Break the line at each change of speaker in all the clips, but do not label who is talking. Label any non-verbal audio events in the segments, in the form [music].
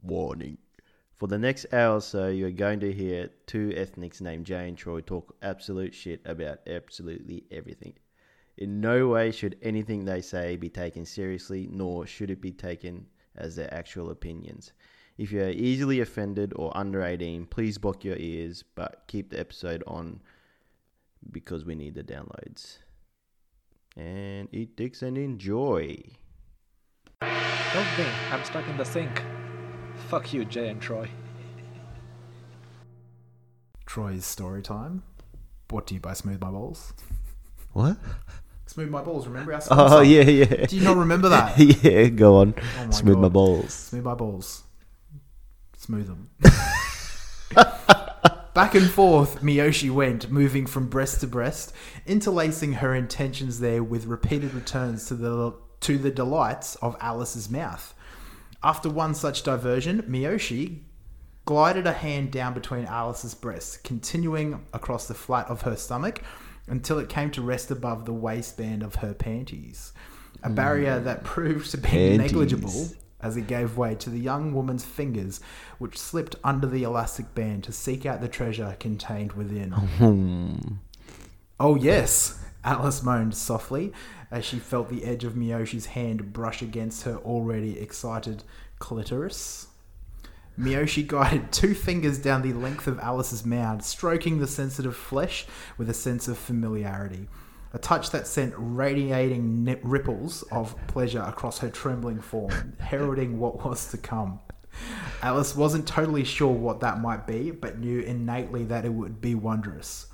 Warning. For the next hour or so, you're going to hear two ethnics named Jay and Troy talk absolute shit about absolutely everything. In no way should anything they say be taken seriously, nor should it be taken as their actual opinions. If you are easily offended or under 18, please block your ears, but keep the episode on because we need the downloads. And eat dicks and enjoy.
Help me, I'm stuck in the sink. Fuck you, Jay and Troy.
Troy's story time. What do you buy? Smooth my balls.
What?
Smooth my balls. Remember our sponsor?
Oh, [laughs] yeah, yeah.
Do you not remember
[laughs]
that?
yeah, go on.
Oh my
Smooth my
God. [laughs]
balls.
Smooth my balls. Smooth them. Back and forth, Miyoshi went, moving from breast to breast, interlacing her intentions there with repeated returns to the to the delights of Alice's mouth. After one such diversion, Miyoshi glided a hand down between Alice's breasts, continuing across the flat of her stomach until it came to rest above the waistband of her panties, a barrier that proved to be
Panties.
negligible as it gave way to the young woman's fingers, which slipped under the elastic band to seek out the treasure contained within. Oh, yes, Alice moaned softly as she felt the edge of Miyoshi's hand brush against her already excited clitoris. Miyoshi guided [laughs] two fingers down the length of Alice's mound, stroking the sensitive flesh with a sense of familiarity. A touch that sent radiating ni- ripples of pleasure across her trembling form, heralding what was to come. Alice wasn't totally sure what that might be, but knew innately that it would be wondrous.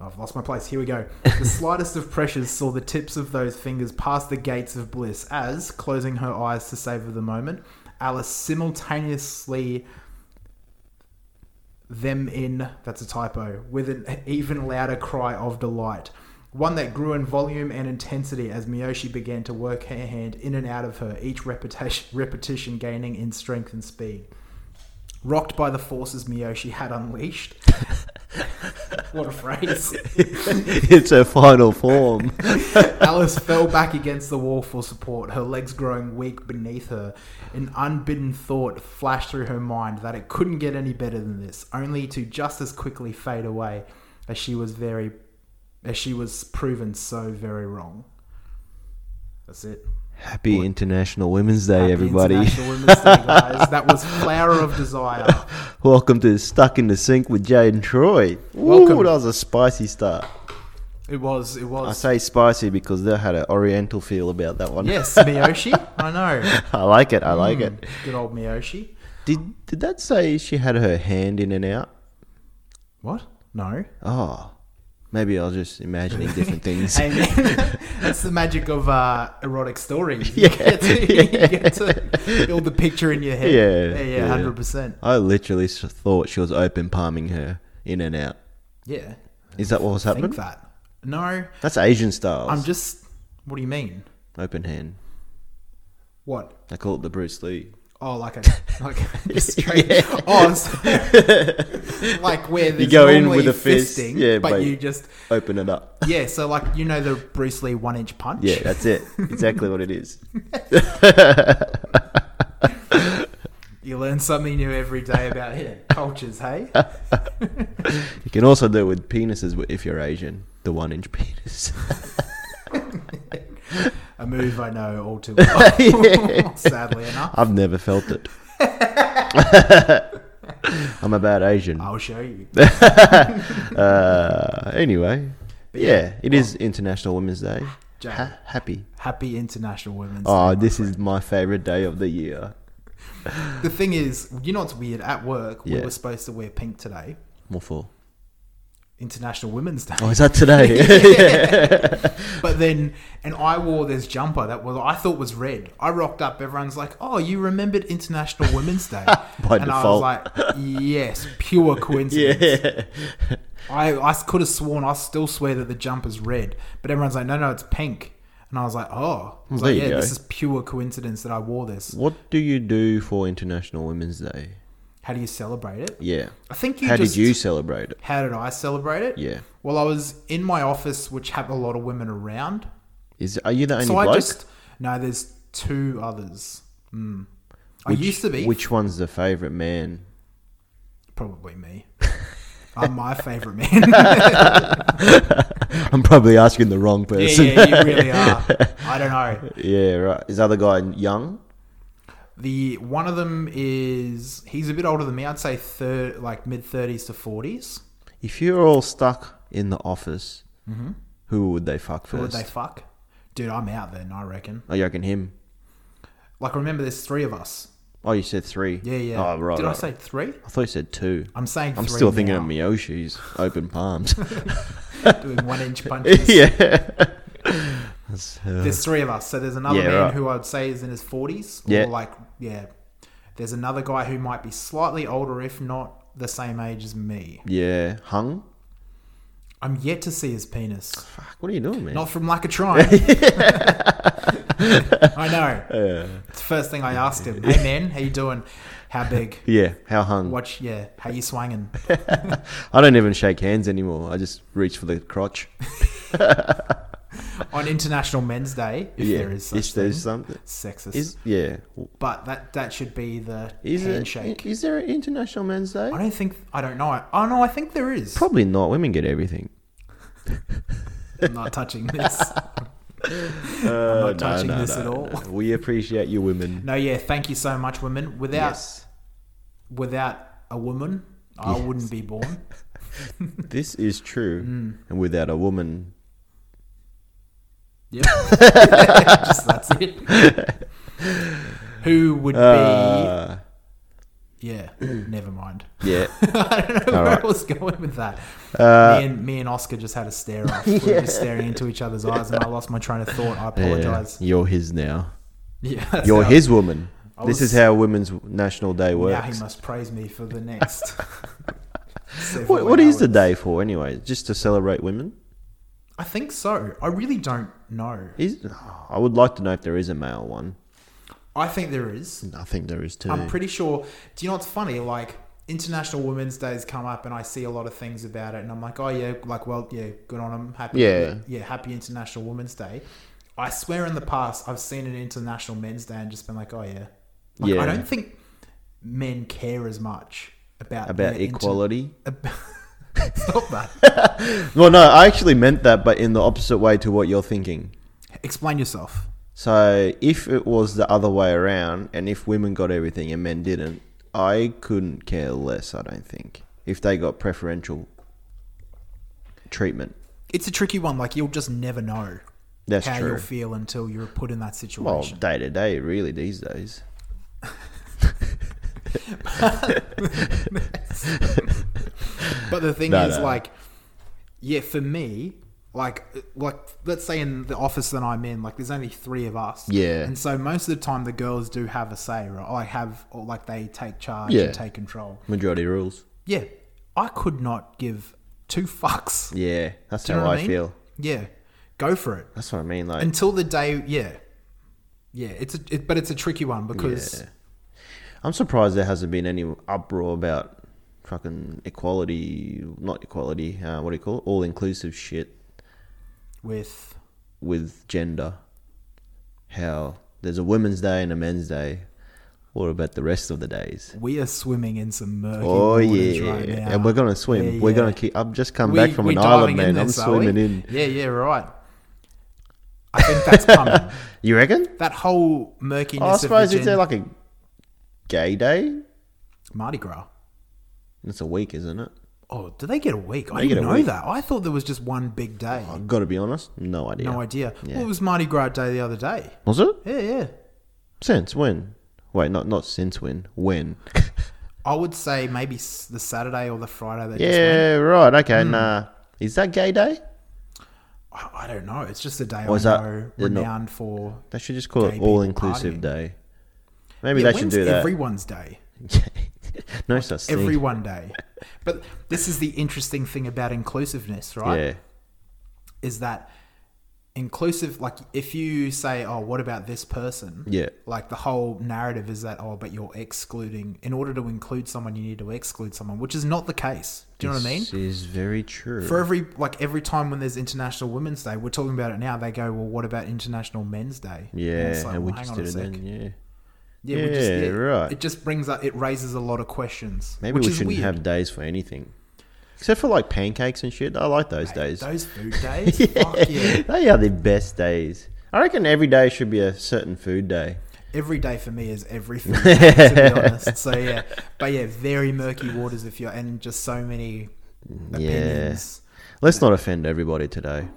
I've lost my place. Here we go. The slightest of pressures saw the tips of those fingers past the gates of bliss as, closing her eyes to savor the moment, Alice simultaneously them in that's a typo with an even louder cry of delight one that grew in volume and intensity as miyoshi began to work her hand in and out of her each repetition, repetition gaining in strength and speed rocked by the forces miyoshi had unleashed what a phrase
it's her final form.
Alice fell back against the wall for support, her legs growing weak beneath her. An unbidden thought flashed through her mind that it couldn't get any better than this, only to just as quickly fade away as she was very as she was proven so very wrong. That's it.
Happy International Women's Day,
Happy
everybody. [laughs]
International Women's Day, guys. That was Flower of Desire.
Welcome to Stuck in the Sink with Jay and Troy. Ooh,
Welcome.
that was a spicy start.
It was it
I
was
say spicy because they had an oriental feel about that one.
Yes, Mm. Miyoshi. I know.
[laughs] I like it. I like it.
Good old Miyoshi.
Did did that say she had her hand in and out?
What? No.
Oh, maybe I was just imagining
[laughs]
different things.
And
[laughs]
that's the magic of uh, erotic stories. You,
Yeah.
get to, [laughs] you get
[laughs]
to build the picture in your head.
Yeah,
Yeah,
yeah.
yeah, hundred percent.
I literally s- thought she was open palming her in and out.
Yeah.
Is that what was happening?
Think that. No,
That's Asian styles.
I'm just. What do you mean?
open hand.
What?
They call it the Bruce Lee.
Oh, like a
[laughs]
like a straight. Oh, it's [laughs] like where there's
go in
normally
with a fist,
fisting,
yeah,
but
but-
you just
Open it up.
yeah. So like you know the Bruce Lee one inch punch.
Yeah, [laughs] that's it. Exactly what it [laughs] is.
you learn something new every day about yeah, cultures.
[laughs]
Hey,
You can also do it with penises if you're Asian. The one inch penis.
a move I know all
[laughs]
too well. Sadly enough.
[laughs] I've never felt it. [laughs] I'm a bad Asian.
I'll show you.
[laughs] Uh, anyway,
But
yeah, it is International Women's Day.
Jay.
Ha- happy.
Happy International Women's
Oh,
Day.
this is my favorite day of the year.
The thing is, you know what's weird? At work, we
Yeah.
were supposed to wear pink today,
What for?
International Women's Day.
Oh, is that today? [laughs]
[laughs] But then, and I wore this jumper that was I thought was red. I rocked up. Everyone's like, "Oh, you remembered International Women's Day?"
[laughs] By
and
default.
I was like, "Yes,
[laughs]
pure coincidence."
yeah.
I I could have sworn I still swear that the jumper's red, but everyone's like, "No, no, it's pink." And I was like, "Oh, I was
There
like,
you
yeah,
go.
this is pure coincidence that I wore this."
What do you do for International Women's Day?
How do you celebrate it?
Yeah.
I think you
How
just
did you celebrate it?
How did I celebrate it?
Yeah.
Well, I was in my office, which have a lot of women around.
Is are you the only
so I
bloke?
just no, there's two others. Mm.
Which,
I used to be.
Which one's the favorite man? [laughs]
Probably me. [laughs] I'm my favorite man. [laughs]
I'm probably asking the wrong
yeah,
person.
yeah, you
[laughs]
really are. I don't know.
Yeah, right. Is the other guy young?
The one of them is he's a bit older than me. I'd say third, like mid thirties to forties.
If you're all stuck in the office, who would they fuck
Mm-hmm. Who would
first?
they fuck? Dude, I'm out then. I reckon.
oh, you reckon him?
Like, remember, there's three of us.
Oh, you said three.
Yeah, yeah.
Oh, right.
Did I
right.
say three?
I thought you said two.
I'm saying.
I'm
three
still thinking
now.
of
[laughs]
Miyoshi's open palms. [laughs]
doing one inch punches.
yeah. [laughs] That's, uh,
There's three of us. So there's another
Yeah,
man
right.
who I'd say is in his 40s.
Yeah.
Or like, yeah. There's another guy who might be slightly older, if not the same age as me.
yeah. Hung?
I'm yet to see his penis.
Fuck, what are you doing, man?
Not from lack
[laughs]
of trying. I know. It's the first thing I asked him. Hey, man, how you doing? How big?
yeah. How hung?
Watch, yeah. How you swanging?
I don't even shake hands anymore. I just reach for the crotch.
On International Men's Day, [laughs] if
yeah.
there is such
If there's
thing.
something.
Sexist.
Is, yeah.
but that that should be the
Is, it,
handshake.
is there an International Men's Day?
I don't think. I don't know. Oh no, I think there is.
Probably not. Women get everything.
I'm not touching this.
I'm
not touching this at all.
We appreciate you,
[laughs]
women.
No, yeah. Thank you so much, women. Without
Yes.
without a woman, I wouldn't be born.
[laughs] This is true.
Hmm.
And without a woman,
Yep. Just that's it. Who would
uh,
be? Yeah. Never mind. [laughs]
yeah.
I don't know
All
where
right. Uh.
I was going with that. me, and, me and Oscar just had a stare off. We were just staring into each other's eyes, and I lost my train of thought. I
yeah.
apologize.
You're his now.
Yeah, that's
You're
how-
his woman.
I
This
was-
is how Women's National Day
Now he
works.
must praise me for
[laughs]
the next. seven
What, what is the
hours.
day for, anyway? Just to celebrate women?
I think so. I really don't know.
Is I would like to know if there is a male one. Um,
I think there is.
I think there is too.
I'm pretty sure. Do you know what's funny? Like International Women's Day's come up, and I see a lot of things about it, and I'm like, oh yeah, like well yeah, good on them. Happy
Yeah.
yeah, happy International Women's Day. I swear, in the past, I've seen an International Men's Day and just been like, oh yeah. Like,
Yeah.
I don't think men care as much about
About
their inter-
equality.
[laughs] Stop that.
Well, no, I actually meant that, but in the opposite way to what you're thinking.
Explain yourself.
So if it was the other way around, and if women got everything and men didn't, I couldn't care less. I don't think if they got preferential treatment.
It's a tricky one. Like you'll just never know
That's
how
true.
you'll feel until you're put in that
Well,
situation.
day to day, really, these days.
[laughs] But the thing
No,
is,
no.
like, yeah, for me, like, like let's say in the office that I'm in, like, there's only three of us.
Yeah.
and so most of the time the girls do have a say, right? Or have, or like they take charge
Yeah.
and take control.
Majority rules.
Yeah, I could not give two fucks.
Yeah, that's
You know
how
what
I
I mean?
feel.
Yeah, go for it
That's what I mean. Like,
until the day. Yeah, yeah. It's a, it, but it's a tricky one because
Yeah. I'm surprised there hasn't been any uproar about fucking equality, not equality. Uh, what do you call it? All inclusive shit
with
with gender. How there's a women's day and a men's day. What about the rest of the days?
we are swimming in some murky
Oh
waters
yeah,
right now.
and we're gonna swim.
Yeah,
We're
yeah.
gonna keep. I've just come
We-
back from
we
an
diving
island,
in
man. I'm
this, are we?
swimming in.
Yeah, yeah, right. I
[laughs]
think that's coming.
You reckon?
that whole
Oh, I
murkiness
suppose
of
is there
the gen-
like a gay day?
Mardi Gras.
It's a week, isn't it?
Oh, do they get a week? I
They get
didn't
a
know
week.
that. I thought there was just one big day.
I've got to be honest. No idea.
No idea.
Yeah.
What was Mardi Gras day the other day?
Was it?
Yeah, yeah.
Since when? Wait, not not since when?
[laughs]
When?
I would say maybe s- the Saturday or the Friday. That just went.
yeah, right. Okay,
Hmm.
nah. Is that gay day?
I, I don't know. It's just a day
Or is
I
that-
know
they're not-
renowned for.
They should just call
Gay
it
people
all inclusive
partying.
day. Maybe they
Yeah,
should
when's
do that. [laughs]
Everyone's day.
no such thing.
Everyone day. But this is the interesting thing about inclusiveness, right?
Yeah,
is that inclusive like if you say oh what about this person
Yeah.
like the whole narrative is that oh but you're excluding in order to include someone you need to exclude someone which is not the case do you know what i mean
this is very true.
for every like every time when there's international women's day we're talking about it now they go well what about international men's day And
yeah,
it's like,
and we
well, hang
just
on
did
a
it
sec
then. Yeah,
Yeah, we just,
Yeah, right.
It just brings up, it raises a lot of questions.
Maybe
which
we
is
shouldn't
weird.
have days for anything, except for like pancakes and shit. I like those days.
Those food days?
[laughs]
Fuck yeah.
They are the best days. I reckon every day should be a certain food day.
Every day for me is everything, to be honest. So, yeah. But, yeah, very murky waters if you're, and just so many
Mm,
opinions.
Let's not offend everybody today.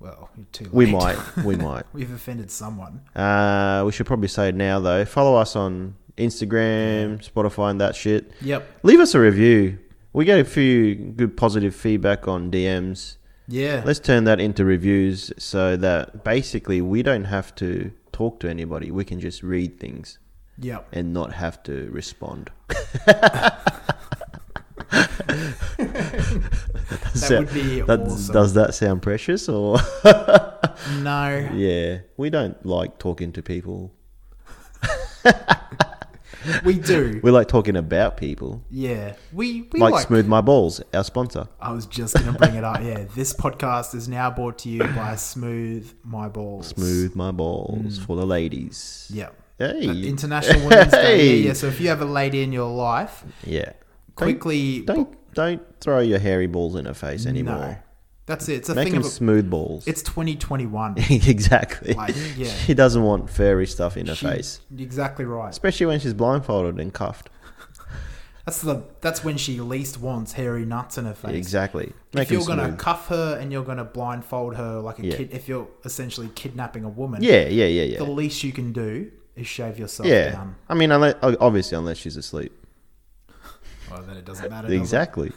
Well, you're too late.
We might. We might.
[laughs] We've offended someone.
Uh, we should probably say it now though. Follow us on Instagram, Spotify, and that shit.
Yep.
Leave us a review. We get a few good positive feedback on DMs.
Yeah.
Let's turn that into reviews so that basically we don't have to talk to anybody. We can just read things [laughs]
Yep.
and not have to respond. [laughs]
That
So-
would be
That,
awesome.
Does that sound precious or? [laughs]
no.
yeah, we don't like talking to people.
We do.
We like talking about people. [laughs]
Yeah. We, we
like,
like
Smooth My Balls, our sponsor.
I was just going to bring it up. Yeah, this podcast is now brought to you by Smooth My Balls.
Smooth My Balls for the ladies.
Mm. Yeah.
Hey.
Uh, International Women's
[laughs]
Day.
Hey.
Yeah, yeah, so if you have a lady in your life,
Yeah.
quickly.
Don't don't throw your hairy balls in her face anymore.
No. That's it. It's a
Make
thing
them
of.
smooth balls.
it's 2021.
[laughs] exactly.
Like, yeah.
She doesn't want furry stuff in her
She-
face,
Exactly right.
especially when she's blindfolded and cuffed.
That's the. That's when she least wants hairy nuts in her face.
Exactly. Make
If you're
them
gonna
smooth.
cuff her and you're gonna blindfold her like a
Yeah.
kid, if you're essentially kidnapping a woman,
yeah, yeah, yeah,
the
yeah.
least you can do is shave yourself
Yeah.
down.
I mean, unless, obviously, unless she's asleep.
Well, then it doesn't matter. does it? [laughs]
Exactly.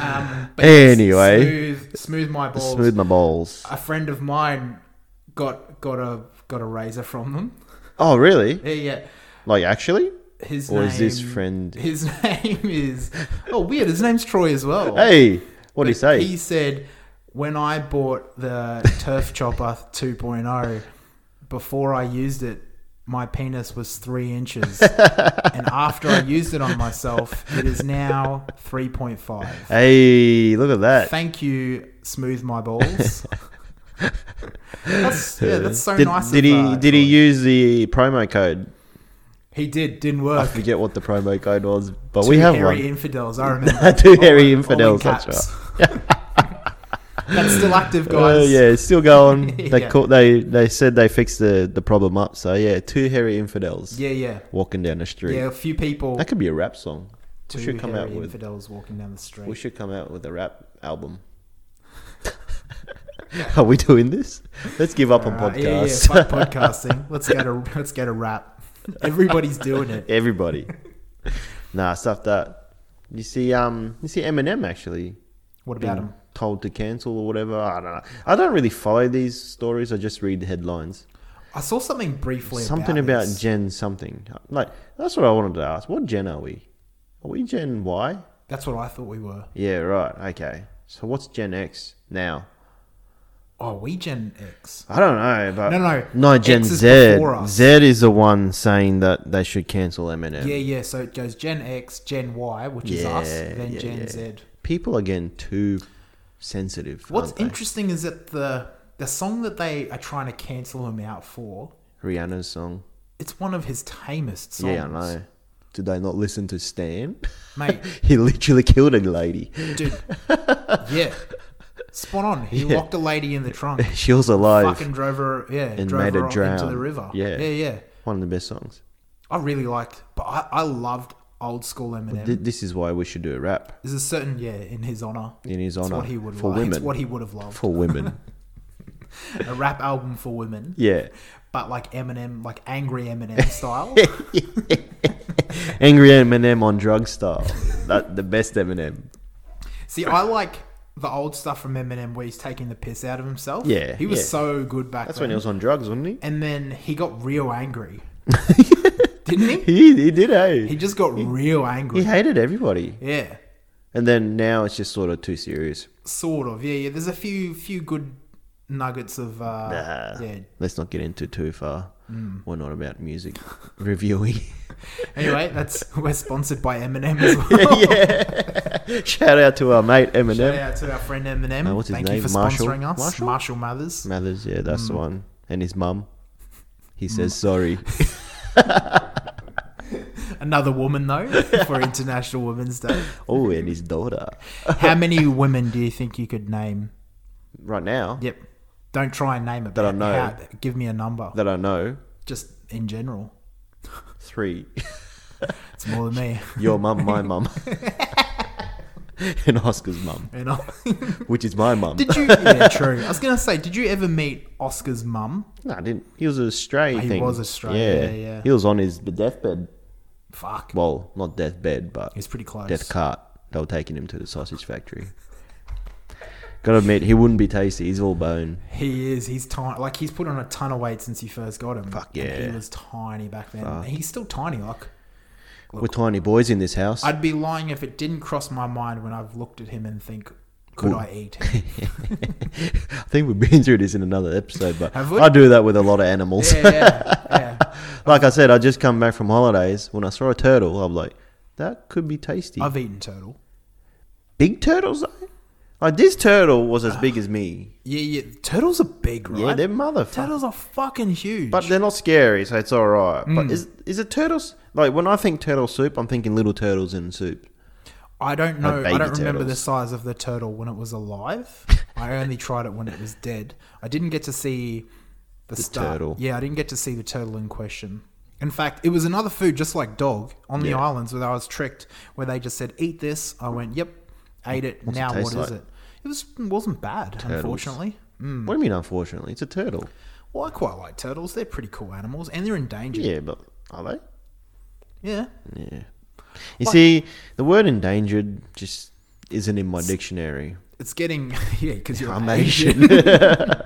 Um,
[laughs]
but yes,
Anyway.
smooth, smooth my balls.
smooth my balls.
A friend of mine got got a got a razor from them.
Oh, really?
Yeah, yeah.
Like, actually?
His
Or
name,
is this friend?
His [laughs] name is oh weird. His name's Troy as well.
Hey, what do you say?
He said when I bought the
[laughs]
Turf Chopper 2.0, before I used it, my penis was three
[laughs]
inches, and after I used it on myself, it is now three point five.
Hey, look at that.
Thank you, smooth
[laughs]
my balls. that's, yeah, that's so
did,
nice.
Did
of,
he
uh,
did he
Troy.
use the promo code?
He did. Didn't
I
work.
forget what the promo code was, but
Two
we have
hairy
one.
infidels. I remember.
[laughs] Two
All
hairy
in- all in
infidels, that's
caps. [laughs] that's still active,
[laughs] Oh
guys.
yeah, it's still
[laughs]
going. They
Yeah.
caught, they they said they fixed the, the problem up. So yeah, two hairy infidels
yeah, yeah,
walking down the street.
yeah. A few people.
That could be a rap song.
two
We should come
hairy
out with
infidels walking down the street.
we should come out with a rap album. [laughs] Are we doing this? Let's give up on
Alright,
podcasts.
Yeah, yeah,
[laughs]
fuck podcasting. Let's get a let's get a rap. Everybody's doing it. [laughs]
Everybody. nah, stuff that. You see, um, you see Eminem actually
What about
being
him?
told to cancel or whatever. I don't know. I don't really follow these stories. I just read the headlines.
I saw something briefly.
something
about,
about
this.
Gen something. Like that's what I wanted to ask. What Gen are we? Are we Gen Y?
That's what I thought we were.
Yeah, right. Okay. So what's Gen X now?
Oh, we Gen X.
I don't know, but
No, no.
no
X
Gen
is
Z.
before us.
Z is the one saying that they should cancel Eminem.
Yeah, yeah. So it goes Gen X, Gen Y, which is us,
Yeah,
then
yeah,
Gen
yeah.
Z.
People are getting too sensitive.
What's
aren't they?
interesting is that the the song that they are trying to cancel him out for,
Rihanna's song.
it's one of his tamest songs.
Yeah, I know. Did they not listen to Stan?
Mate,
[laughs] he literally killed a lady. [laughs]
[laughs] dude. yeah. Spot on. He
Yeah.
locked a lady in
[laughs]
the trunk.
She was alive.
Fucking drove her, yeah,
And
drove
made
her
her
off into
drown.
the river.
Yeah.
yeah, yeah.
One of the best songs.
I really liked, but I, I loved old school Eminem.
Th- this is why we should do a rap
There's a certain yeah in his honor.
in his
It's
honor
what he would
for
like.
women.
It's what he would have loved. [laughs]
for women.
a rap album for women,
yeah.
but like Eminem, like angry Eminem
[laughs]
style.
Angry Eminem on drug style. That the best Eminem.
See, I like the old stuff from Eminem where he's taking the piss out of himself.
Yeah,
he was
yeah.
so good back
That's
then.
when he was on drugs, wasn't he?
and then he got
[laughs]
real angry, didn't he?
He he did, hey.
He
He,
just got real angry.
hated everybody.
yeah.
And then now it's just sort of too serious.
Sort of, yeah, yeah. There's a few few good nuggets of uh,
Nah.
yeah. Mm.
Let's not get into too far. We're not about music reviewing. [laughs]
Anyway, that's we're sponsored by Eminem as [laughs] well.
yeah. Shout out to our mate Eminem.
Shout out to our friend Eminem.
Uh, what's his
Thank
name?
you for
Marshall?
sponsoring us,
Marshall? Mm.
Marshall, Mathers.
Mathers, yeah, that's the one. And his mum. He says [laughs] sorry.
Another woman, though, for International Women's Day.
oh, and his daughter.
How many women do you think you could name?
Right now,
Yep. Don't try and name it.
That I
but
know.
how- give me a number.
that I know,
Just in general.
three.
It's more than
[laughs]
me.
Your mum, my mum, [laughs] and Oscar's mum,
You know? [laughs]
which is my mum.
did you? Yeah, true. I was gonna say, did you ever meet Oscar's mum?
No, I didn't. He was a stray
he
thing.
was a stray, yeah, yeah.
He was on his deathbed.
Fuck.
Well, not deathbed, but
He's pretty close.
death cart. They were taking him to the sausage factory. Gotta admit, he wouldn't be tasty. He's all bone.
He is. He's tiny. Like he's put on a ton of weight since you first got him. Fuck
yeah.
he was tiny back then. He's still tiny. Like
We're tiny boys in this house.
I'd be lying if it didn't cross my mind when I've looked at him and think, could
Ooh.
I
[laughs]
eat him?
I think we've been through this in another episode, but
Have we?
I do that with a lot of animals.
[laughs] yeah, yeah, yeah.
[laughs] like I said, I just come back from holidays. When I saw a turtle, I'm like, that could be tasty.
I've eaten turtle.
Big turtles, though? Like, this turtle was as big as me.
Yeah, yeah. Turtles are big, right?
Yeah, they're motherfuckers.
turtles are Mm. fucking huge.
But they're not scary, so it's all right. But is is it turtles? Like, when I think turtle soup, I'm thinking little turtles in soup.
I don't know. I
baby
don't remember the
turtles.
size of the turtle when it
[laughs]
was alive. I only tried it when it was dead. I didn't get to see the, start.
turtle.
Yeah, I didn't get to see the turtle in question. In fact, it was another food just like dog on the
Yeah.
islands where I was tricked, where they just said, "Eat this." I went, "Yep," ate it.
What's it
now what
taste
is
like?
it? It was it wasn't bad, unfortunately.
What do you mean, unfortunately? It's a turtle.
Well, I quite like turtles. They're pretty cool animals, and they're endangered.
Yeah, but are they?
yeah.
Yeah. You see, the word endangered just isn't in my dictionary.
It's getting [laughs] yeah because you're
I'm
Asian.
Asian.
[laughs]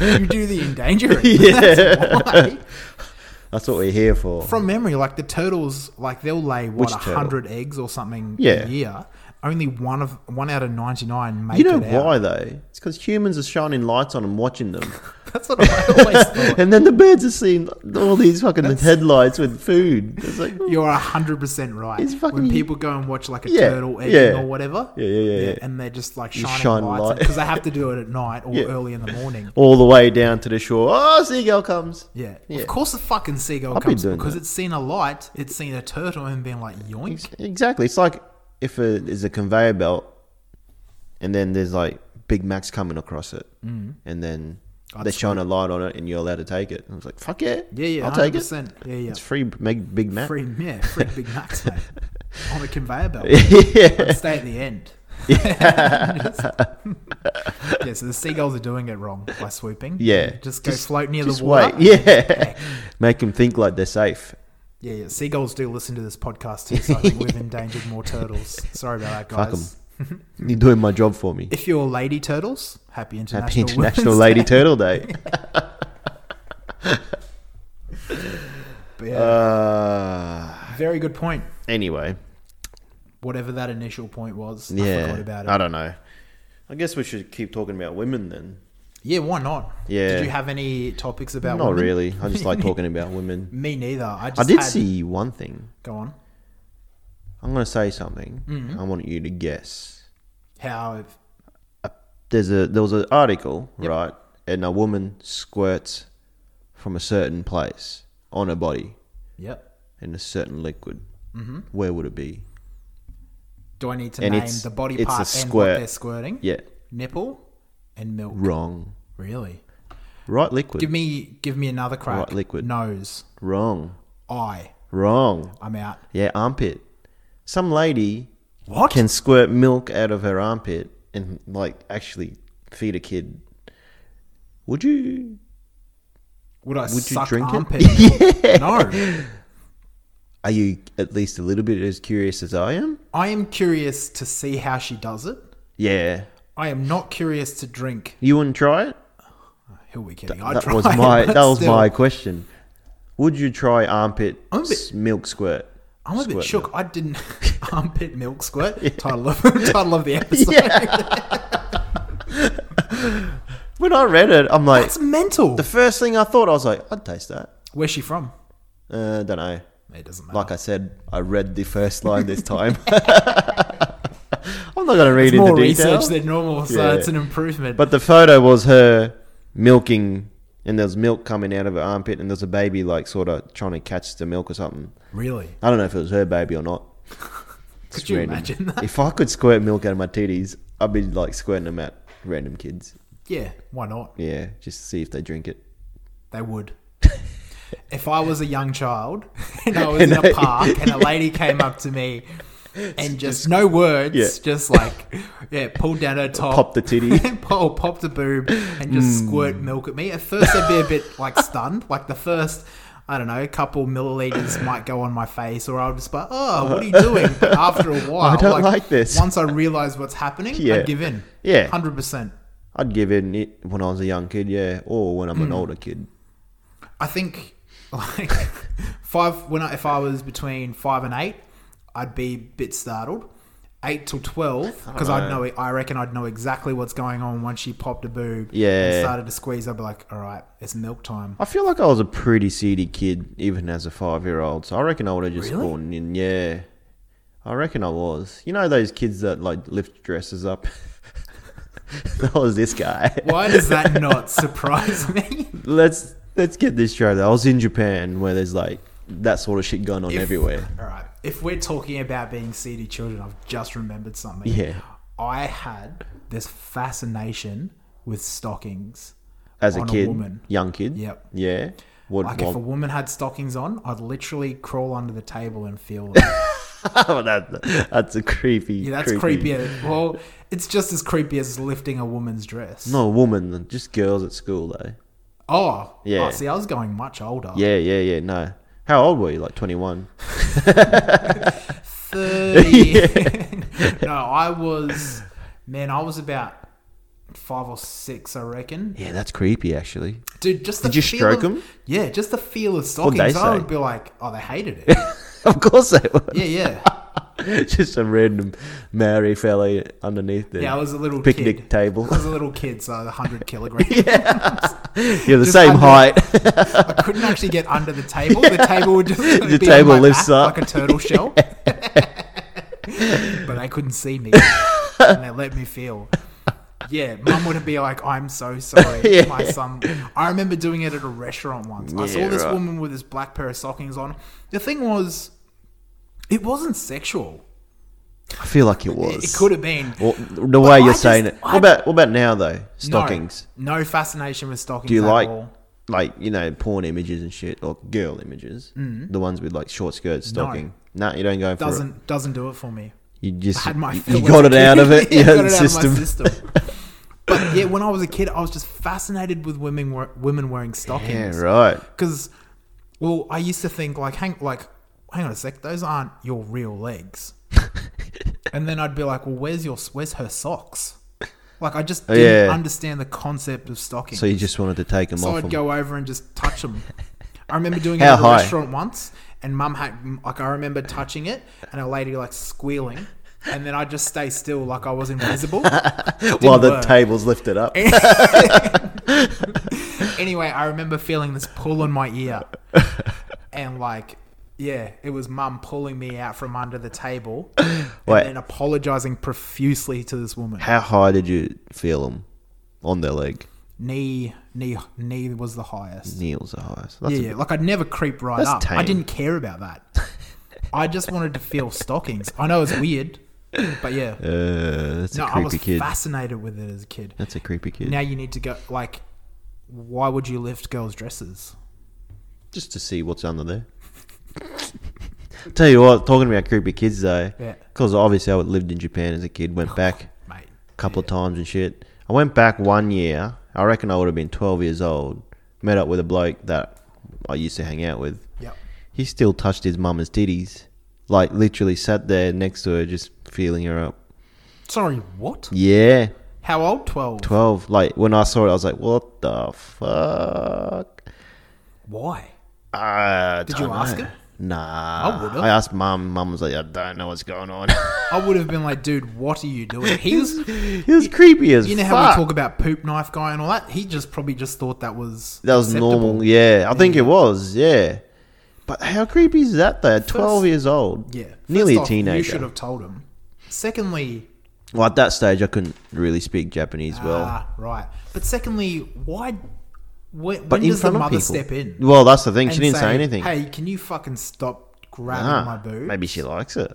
you
[laughs]
do the endangering.
Yeah.
That's why.
That's what we're here for.
from memory, like the turtles, like they'll lay what
Which
a
turtle?
hundred eggs or something
Yeah.
a year. Only one of one out of ninety nine make
you know
it out.
why though? It's because humans are shining lights on them, watching them,
[laughs] That's what I
[laughs]
always thought.
and then the birds are seeing all these fucking headlights with food. It's like, "Hmm." yeah,
You're hundred percent right.
It's fucking-
when people go and watch like a
Yeah,
turtle egging
yeah.
or whatever,
yeah, yeah, yeah.
and they're just like
You
shining
shine
lights
light.
because they have to do it at night or
Yeah.
early in the morning.
All the way down to the shore. Oh, seagull comes.
Yeah.
[laughs] Yeah.
of course the fucking seagull
I've been
comes
doing
because
that.
it's seen a light, it's seen a turtle and been like yoink.
Exactly. It's like if a, there's a conveyor belt, and then there's like Big Macs coming across it, mm. and then they
That's
shine a light on it, and you're allowed to take it. And I was like, fuck yeah,
Yeah, yeah,
I'll take it.
100%. Yeah, yeah.
It's free Meg- Big Mac.
Free, yeah, free Big Macs, mate. On a conveyor belt.
[laughs] yeah. [laughs]
I'd stay at the end. [laughs] yeah, so the seagulls are doing it wrong by swooping.
Yeah.
Just go float near
just
the water.
Wait. [laughs] Yeah. Make them think like they're safe.
yeah, yeah. Seagulls do listen to this podcast
[laughs]
too, so I think we've endangered more turtles. Sorry about that,
Fuck
guys.
You're doing my job for me.
If you're lady turtles, happy International,
Happy International
[laughs] Women's
Lady
Day.
Turtle Day.
But [laughs] yeah,
Uh,
very good point.
anyway,
Whatever that initial point was, I
yeah.
forgot about it.
I don't know. I guess we should keep talking about women then.
yeah, why not?
Yeah.
Did you have any topics about?
Not
women?
really. I just
[laughs]
like talking about women.
Me neither. I
I
just
did
had-
see one thing.
Go on.
I'm going to say something.
Mm-hmm.
I want you to guess.
How?
There's a there was an article right, and a woman squirts from a certain place on her body
Yep.
in a certain liquid. Mm-hmm. Where would it be?
Do I need to
And
name
it's-
the body
it's a
part and what
squirt.
they're squirting?
Yeah,
Nipple and milk.
wrong.
Really?
Right liquid.
Give me give me another crack.
Right, liquid.
Nose.
wrong.
Eye.
Wrong.
I'm out.
Yeah, armpit. Some lady
What?
can squirt milk out of her armpit and like actually feed a kid. Would you?
Would I
you
suck
drink it? [laughs]
armpit? No.
Are you at least a little bit as curious as I am?
I am curious to see how she does it.
Yeah.
I am not curious to drink.
You wouldn't try it?
Who are we kidding? I
that
try
was
[laughs] it,
my
but
that was
still.
my question. Would you try armpit
I'm a bit-
s- milk squirt?
I'm a bit
squirt
shook. I
[laughs]
didn't [laughs] armpit milk squirt. Title of [laughs] title of the episode.
When I read it, I'm like
That's mental.
the first thing I thought I was like, I'd taste that.
Where's she from?
Uh, don't know.
It doesn't matter.
Like I said, I read the first line this
[laughs]
time. I'm not gonna read
it's
into
more
detail.
research than normal, so
Yeah.
it's an improvement.
But the photo was her milking and there's milk coming out of her armpit, and there's a baby like sort of trying to catch the milk or something.
Really?
I don't know if it was her baby or not.
Could
It's
you
random.
imagine that?
If I could squirt milk out of my titties, I'd be like squirting them at random kids.
[laughs] Yeah, why not?
Yeah, just to see if they drink it. [laughs]
They would. if I was a young child [laughs]
[laughs]
and I was in a park and a lady came up to me and just no words,
Yeah.
just like yeah,
[laughs]
pulled down her top,
Pop the titty.
[laughs]
Hmm.
and pop, pop the boob, and just squirt milk at me. At first, I'd be a bit like stunned. Like the first, I don't know,
[laughs]
couple milliliters might go on my face, or I'll just be like, "Oh, what are you doing?" But after a while,
I don't like this.
Once I realize what's happening,
Yeah.
I'd give in.
Yeah.
hundred percent.
I'd give in it when I was a young kid, yeah, or when I'm
Hmm.
an older kid.
I think like [laughs] five when I, if I was between five and eight, I'd be a bit startled. Eight till twelve because I'd know I reckon I'd know exactly what's going on once she popped a boob.
Yeah.
and started to squeeze. I'd be like, all right, it's milk time.
I feel like I was a pretty seedy kid, even as a five year old. So I reckon I would have just
Really?
fallen in. Yeah, I reckon I was. You know those kids that like lift dresses up. [laughs] that was this guy.
Why does that not surprise me?
[laughs] Let's let's get this straight. I was in Japan where there's like that sort of shit going on
If-
everywhere.
All right, if we're talking about being seedy children, I've just remembered something.
Yeah,
I had this fascination with stockings.
as a
On a
kid,
woman.
young kid.
Yep.
Yeah. What?
Like if
what
a woman had stockings on, I'd literally crawl under the table and feel
[laughs]
them.
oh, that, that's a creepy.
Yeah, that's creepy. Well, it's just as creepy as lifting a woman's dress.
No, woman, just girls at school though.
Oh,
Yeah.
yeah. see, I was going much older.
Yeah, yeah, yeah. No. How old were you? Like twenty
[laughs]
[laughs] one.
30. [laughs] no, I was, man, I was about five or six, I reckon.
Yeah, that's creepy actually. [laughs]
Dude, just the
Did you
feel
stroke
of-
'em?
Yeah, just the feel of
What'd they
stockings. I
say?
would be like, oh,
[laughs]
they hated it.
Of course they were.
yeah, yeah.
Just some random Maori fella underneath the
Yeah, I was a little
picnic
kid.
table.
[laughs]
[laughs]
I was a little kid, so 100 kilograms.
You're the
Just
same
under-
height.
[laughs] I couldn't actually get under the table. The table would just
The
be
table
on my
lifts
back
up.
like a
[laughs]
turtle shell. but they couldn't see me, and they let me feel. Yeah, mum would be like, "I'm
[laughs]
so sorry,
Yeah.
my son." I remember doing it at a restaurant once. I
Yeah,
saw this
right.
woman with this black pair of stockings on. The thing was, it wasn't sexual.
I feel like it
It,
was.
it could have been.
Well, the way
I
you're
just-
saying it. What
I-
about what about now though? Stockings.
No, no fascination with stockings.
Do you
at
like
all.
like you know porn images and shit or girl images? The ones with like short skirts, stocking. No, you don't go for it.
Mm. Doesn't doesn't do it for me.
You just
had my
you
fill
got
as
it
a
out
kid.
of it.
[laughs] Yeah,
You
got
had
it
the
out of my
system.
system. but yeah, when I was a kid, I was just fascinated with women wear- women wearing
Yeah,
stockings.
right.
Because, well, I used to think like, hang like, hang on a sec, those aren't your real
[laughs]
legs. and then I'd be like, well, where's your where's her socks? Like I just didn't
Oh, yeah.
understand the concept of stockings.
So you just wanted to take them
So
off.
I'd
'em.
go over and just touch them. I remember doing it
How
at a
high?
restaurant once, and mum had m- like I remember touching it, and a lady like squealing, and then I just stay still like I was
[laughs]
invisible. [laughs]
while the
work.
table's lifted up.
anyway, I remember feeling this pull on my ear, and like. Yeah, it was mum pulling me out from under the table and
Wait.
then apologizing profusely to this woman.
How high did you feel them on their leg?
Knee, knee, knee was the highest.
Kneels are highest. That's
yeah, yeah. like I'd never creep right
That's
up. I
tame.
didn't care
[laughs]
about that. I just wanted to feel stockings. I know it's weird, but yeah.
a, uh, that's
no,
a
I was
creepy kid.
fascinated with it as a kid.
That's a creepy kid.
Now you need to go like, why would you lift girls' dresses?
Just to see what's under there. Tell you what, talking about creepy kids though,
Yeah. Oh,
because obviously I lived in Japan as a kid, went back
Mate,
a couple of times and shit. I went back one year. I reckon I would have been 12 years old. Met up with a bloke that I used to hang out with.
Yep.
He still touched his mama's titties. Like, literally sat there next to her, just feeling her up.
Sorry, what?
Yeah.
How old? Twelve.
12. Like, when I saw it, I was like, what the fuck?
Why?
Uh, Did
you ask him?
Nah.
I
I,
would've.
asked mum. Mum was like, I don't know what's going on.
I would have been like, dude, what are you doing? [laughs] He was.
[laughs] it was creepy as
You know
fuck.
how we talk about poop knife guy and all that. He just probably just thought that was
that was
acceptable.
normal. Yeah, I think it was. Yeah. But how creepy is that, though? 12 years old.
Yeah,
Nearly
First
a
off, You should
teenager.
have told him. Secondly,
Well, at that stage, I couldn't really speak Japanese well.
Ah, right. But secondly, why When,
But
when
in
does
front
the
of
mother
people.
step in?
Well, that's the thing.
and
she didn't say anything.
Hey, can you fucking stop grabbing
Nah,
my boobs?
Uh-huh. Maybe she likes it.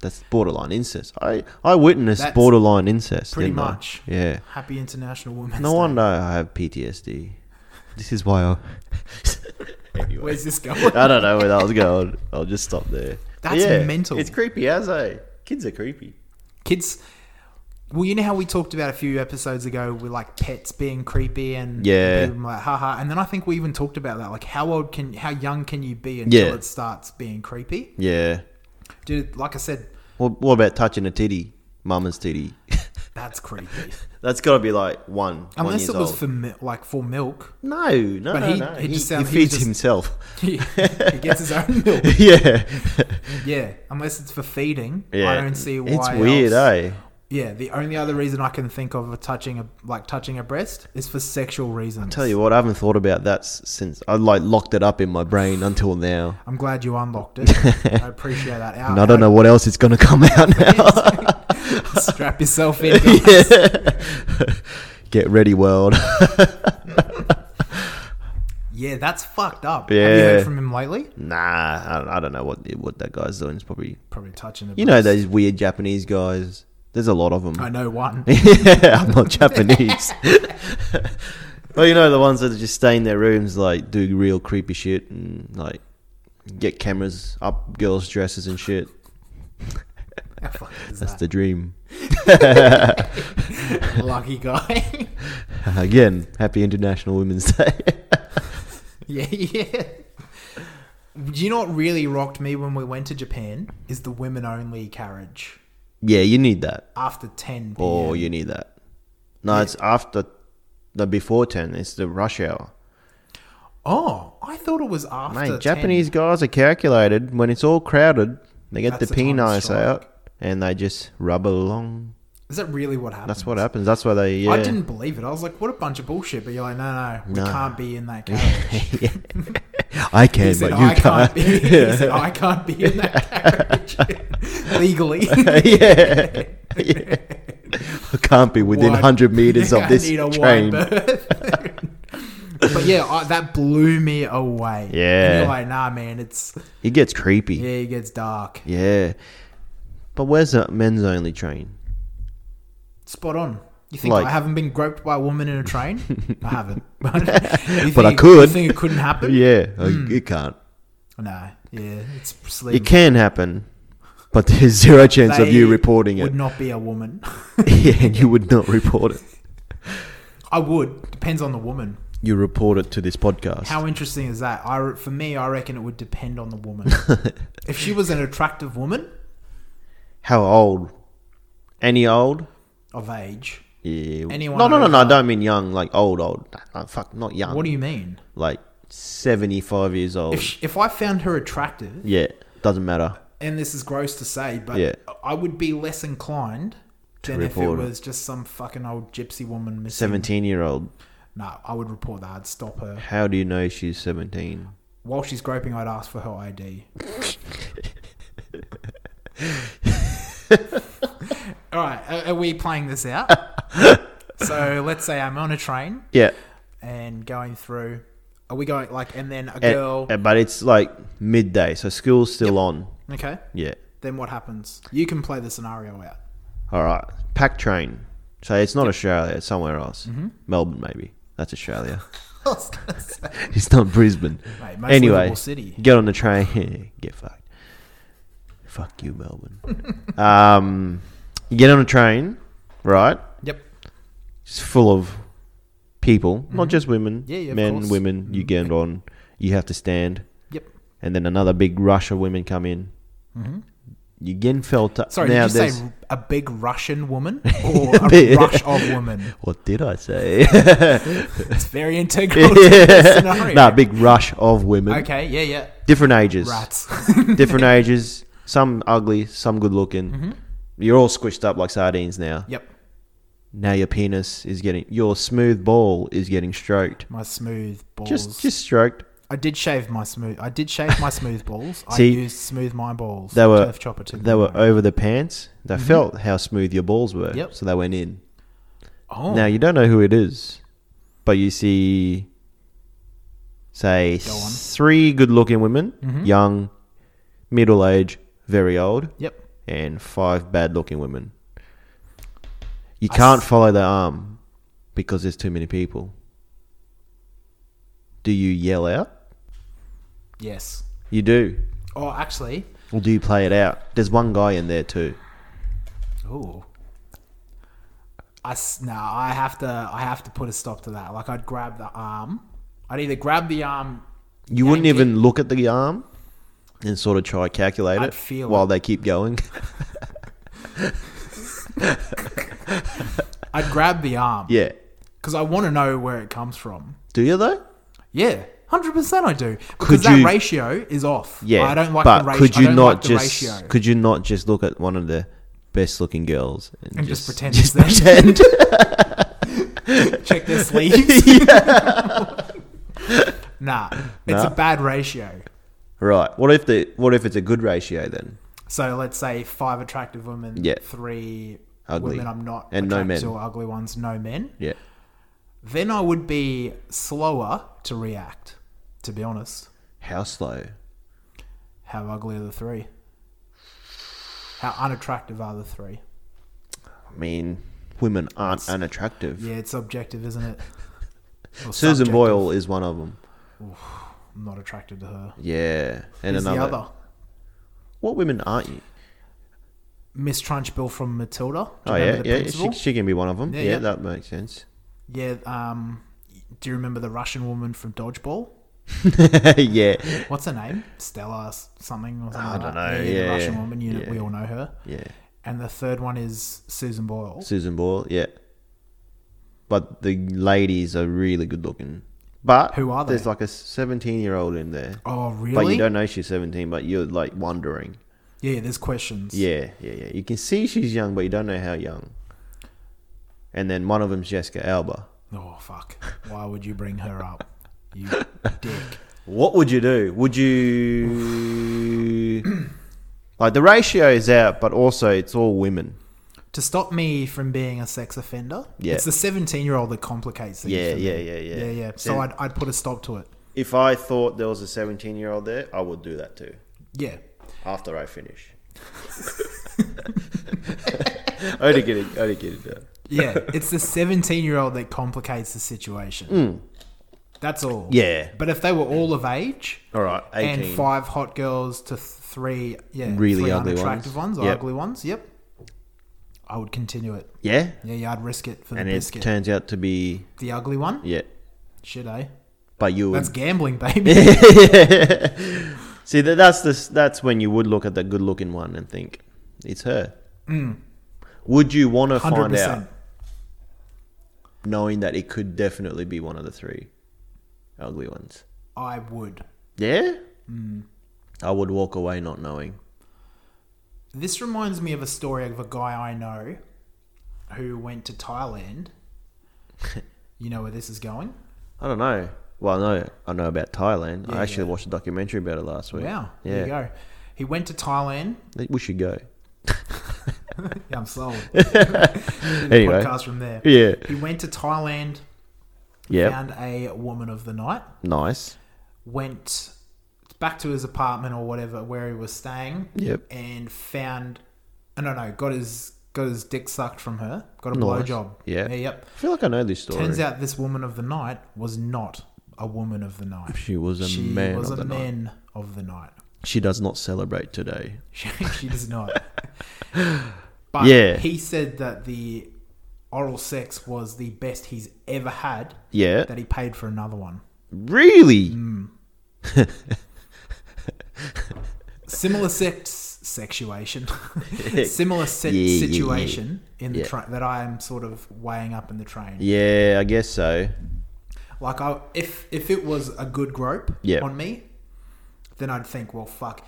That's borderline incest. I, I witnessed
That's
borderline incest.
pretty
didn't I?
much.
Yeah.
Happy International Women's
No
Day.
wonder I have PTSD. This is why I. [laughs] anyway.
Where's this going?
[laughs] I don't know where that was going. I'll just stop there. But
That's mental.
It's creepy as eh? Kids are creepy.
Kids. Well, you know how we talked about a few episodes ago with like pets being creepy and
Yeah.
people being like haha, and then I think we even talked about that. Like, how old can, how young can you be until
Yeah.
it starts being creepy,
Yeah.
dude? Like I said,
What, what about touching a titty, mama's titty? [laughs]
that's creepy.
That's got to be like one. one
Unless
years
it was
old.
for mi- like for milk,
no, no,
But
no,
he-
no.
he just
he
sound- he
feeds
just- [laughs]
himself. [laughs]
he, he gets his own milk.
yeah,
Yeah, unless it's for feeding.
yeah.
I don't see why.
It's weird,
else-
eh?
Yeah, the only other reason I can think of touching a like touching a breast is for sexual reasons.
Tell you what, I haven't thought about that s- since I like locked it up in my brain until now,
I'm glad you unlocked
[laughs]
it. I appreciate that. Out,
and I don't know what else is going to [laughs] come out now.
[laughs] Strap yourself in.
[laughs] Yeah. [laughs] Get ready, world. [laughs]
Yeah, that's fucked up. Have you
Yeah.
heard from him lately?
nah, I, I don't know what what that guy's doing. It's probably
Probably touching. The
you know
breast.
those weird Japanese guys. There's a lot of [laughs] them.
I know one.
yeah, I'm
[laughs]
not Japanese. well, you know the ones that just stay in their rooms, like do real creepy shit, and like get cameras up girls' dresses and shit.
How fucking is
That's
that?
the dream. [laughs]
lucky guy. [laughs]
Again, happy International Women's Day. [laughs]
yeah, yeah. Do you know what really rocked me when we went to Japan? Is the women only carriage
yeah, you need that.
after ten p.m.
Oh, you need that. No, it's after the before ten. It's the rush hour.
Oh, I thought it was after.
Mate,
10.
Japanese guys are calculated. When it's all crowded, they get
That's
the
the time
penis
strike.
out and they just rub along.
Is that really what happened?
That's what happens. That's why they. Yeah.
I didn't [laughs] believe it. I was like, "What a bunch of bullshit!" But you're like, "No, no, we
No.
can't be
[laughs]
in that carriage."
[laughs] I can,
He
but
said,
you
I
can't. [laughs]
can't. be. He said, I [laughs] can't be in that
[laughs]
carriage legally.
yeah. [laughs] yeah. I can't be within
Wide-
100 meters
[laughs] I
of this
need a wide
train.
berth. [laughs] but yeah, I, that blew me away.
Yeah.
and you're like, "Nah, man, it's
It gets creepy.
yeah,
Yeah.
it gets dark."
But where's the men's only train?
Spot on. You think
Like-
I haven't been groped by a woman in a train?
[laughs]
I haven't. [laughs] but think
I
it-
could.
You think it couldn't happen?
Yeah, I- it can't.
No. Yeah, it's
It
sleep.
can happen, but there's [laughs] zero chance of you reporting [laughs]
Would
it.
not be a woman. [laughs]
yeah, and you would not report it.
I would. Depends on the woman.
You report it to this podcast.
How interesting is that? I re- for me, I reckon it would depend on
[laughs]
the woman. if she was an attractive woman
How old? Any old?
of age,
Yeah.
Anyone
no, no, no, no. I
over-
don't mean young. Like old, old. No, fuck, not young.
what do you mean?
like 75 years old.
If sh if I found her attractive,
yeah, doesn't matter.
and this is gross to say, but
Yeah.
I would be less inclined than if it
report it.
was just some fucking old gypsy woman missing.
17 year old.
No, I would report that. I'd stop her
How do you know she's 17?
while she's groping. I'd ask for her ID. All right, are, are we playing this out? so let's say I'm on a train.
Yeah.
and going through. Are we going like and then a
eh,
girl?
eh, but it's like midday, so school's still on.
okay.
Yeah.
Then what happens? You can play the scenario out.
All right. Pack train. So it's not Australia, it's somewhere else.
Mm-hmm.
Melbourne, maybe. That's Australia. [laughs]
I was gonna say.
it's not Brisbane.
Mate, most
anyway,
livable city.
get on the train. [laughs] get fucked. Fuck you,
[laughs]
Melbourne. um, you get on a train, right?
Yep.
It's full of people, not just women.
Mm-hmm. Yeah, yeah, of
men,
course. Mm-hmm.
women. You get on. You have to stand,
Yep.
and then another big rush of women come in. You get felt up.
Mm-hmm. Sorry,
now
did you
there's,
say a big Russian woman or a
Yeah.
rush of
[laughs]
women?
What did I
[laughs]
say?
It's very integral to the
[laughs]
scenario.
nah, big rush of women.
Okay. Yeah. Yeah.
Different ages.
Rats. [laughs]
[laughs] Different ages. Some ugly, some good looking.
Mm-hmm.
You're all squished up like sardines now.
yep.
Now your penis is getting your smooth ball is getting stroked.
My smooth balls.
Just just stroked.
I did shave my smooth. I did shave my smooth balls.
[laughs] See,
I used smooth my balls.
They were
Turf chopper to Mm-hmm.
they were over the pants. They felt how smooth your balls were.
Yep.
So they went in.
Oh.
Now you don't know who it is. but you see, say,
Go on. Mm-hmm.
three good looking women young, middle aged, very old,
Yep.
and five bad looking women. You
I
can't
s-
follow the arm because there's too many people. Do you yell out?
Yes.
You do.
Oh, actually.
Or do you play it out? There's one guy in there too.
Ooh. I s- no, I have to. I have to put a stop to that. Like I'd grab the arm. I'd either grab the arm.
You wouldn't
Yank it.
even look at the arm and sort of try calculate
I'd
it
feel
while
it.
they keep going. [laughs]
I'd grab the arm
yeah.
because I want to know where it comes from.
Do you though?
Yeah, hundred percent. I do because
Could
that
you-
ratio is off.
Yeah.
I don't like
but
the ratio.
could you
I don't
not
like the
just
ratio.
could you not just look at one of the best looking girls and,
And just pretend it's them.
pretend?
[laughs] check
[laughs]
their sleeves? [laughs] nah, it's
Nah.
a bad ratio.
right. What if the what if it's a good ratio then?
So let's say five attractive women,
Yeah.
three
Ugly.
women I'm not
And no
attracted
men.
to, ugly ones, no men.
Yeah.
Then I would be slower to react. To be honest,
How slow?
how ugly are the three? How unattractive are the three?
I mean, women aren't unattractive.
Yeah, it's objective, isn't
[laughs]
it? Or
Susan
subjective.
Boyle is one of them.
I'm not attracted to her.
Yeah. And
Who's
another.
the other?
What women aren't you?
Miss Trunchbull from Matilda. Do
Oh
you
yeah,
remember the
yeah. She,
principal?
she can be one of them.
Yeah,
yeah,
yeah.
that makes sense. [laughs]
Yeah. Um, do you remember the Russian woman from Dodgeball?
yeah,
What's her name? Stella s- something or something.
I
like
don't
that.
know,
the
yeah,
Russian woman. You
yeah.
we all know her.
yeah.
And the third one is Susan Boyle.
Susan Boyle, yeah. But the ladies are really good looking. But
Who are
There's
they?
like a 17 year old in there,
Oh,
but
really?
you don't know she's 17. But you're like wondering.
yeah, there's questions.
Yeah, yeah, yeah. You can see she's young, but you don't know how young. And then one of them's Jessica Alba.
Oh fuck! Why would you bring her up?
[laughs]
You dick.
What would you do? Would
[coughs]
you like the ratio is out, but also it's all women.
To stop me from being a sex offender.
Yeah.
It's the 17 year old that complicates things.
Yeah,
for me.
yeah, yeah, yeah.
Yeah, yeah. So
Then-
I'd, I'd put a stop to it.
If I thought there was a 17 year old there, I would do that too.
Yeah.
after I [laughs] finish. I didn't get it. I didn't get it. Done. [laughs]
Yeah. it's the 17 year old that complicates the situation. That's all.
Mm. Yeah.
But if they were all of age,
All right.
and
18.
five hot girls to three yeah
Really
three
ugly
unattractive
ones.
ones, or
Yep.
ugly ones. Yep, I would continue it.
yeah.
Yeah, yeah, I'd risk it for the
And it
biscuit.
turns out to be
the ugly one,
yeah.
shit, eh?
But you would [laughs]
That's gambling, baby.
see that. That's this. That's when you would look at the good looking one and think it's her. Would you want to
Mm. Hundred
find out
percent.
knowing that it could definitely be one of the three ugly ones?
I would.
Yeah.
Mm.
I would walk away not knowing.
This reminds me of a story of a guy I know who went to
[laughs]
Thailand. you know where this is going?
I don't know. Well, no, I know about Thailand.
Yeah,
I actually
yeah.
watched a documentary about it last week.
Wow, there you
yeah,
go. He went to Thailand.
we should go.
Yeah,
[laughs]
I'm sold.
Anyway,
Podcast from there.
yeah,
He went to Thailand.
yeah,
Found a woman of the night.
nice.
went back to his apartment or whatever where he was staying.
Yep.
And found, I don't know, got his got his dick sucked from her. Got a
Nice.
blowjob.
Yeah.
Yep.
I feel like I know this story.
Turns out this woman of the night was not a woman of the night.
she was a
she
man
was
of
a
the night.
man of the night.
She does not celebrate today.
She, [laughs] she
[laughs]
does not. But
Yeah.
he said that the oral sex was the best he's ever had.
Yeah,
That he paid for another one.
really.
Mm. similar sex
[laughs]
sexuation, similar se-
Yeah, yeah, yeah.
situation in the
Yeah.
train that I am sort of weighing up in the train.
Yeah, I guess so.
Like, I if if it was a good grope
Yeah.
on me, then I'd think, well, fuck,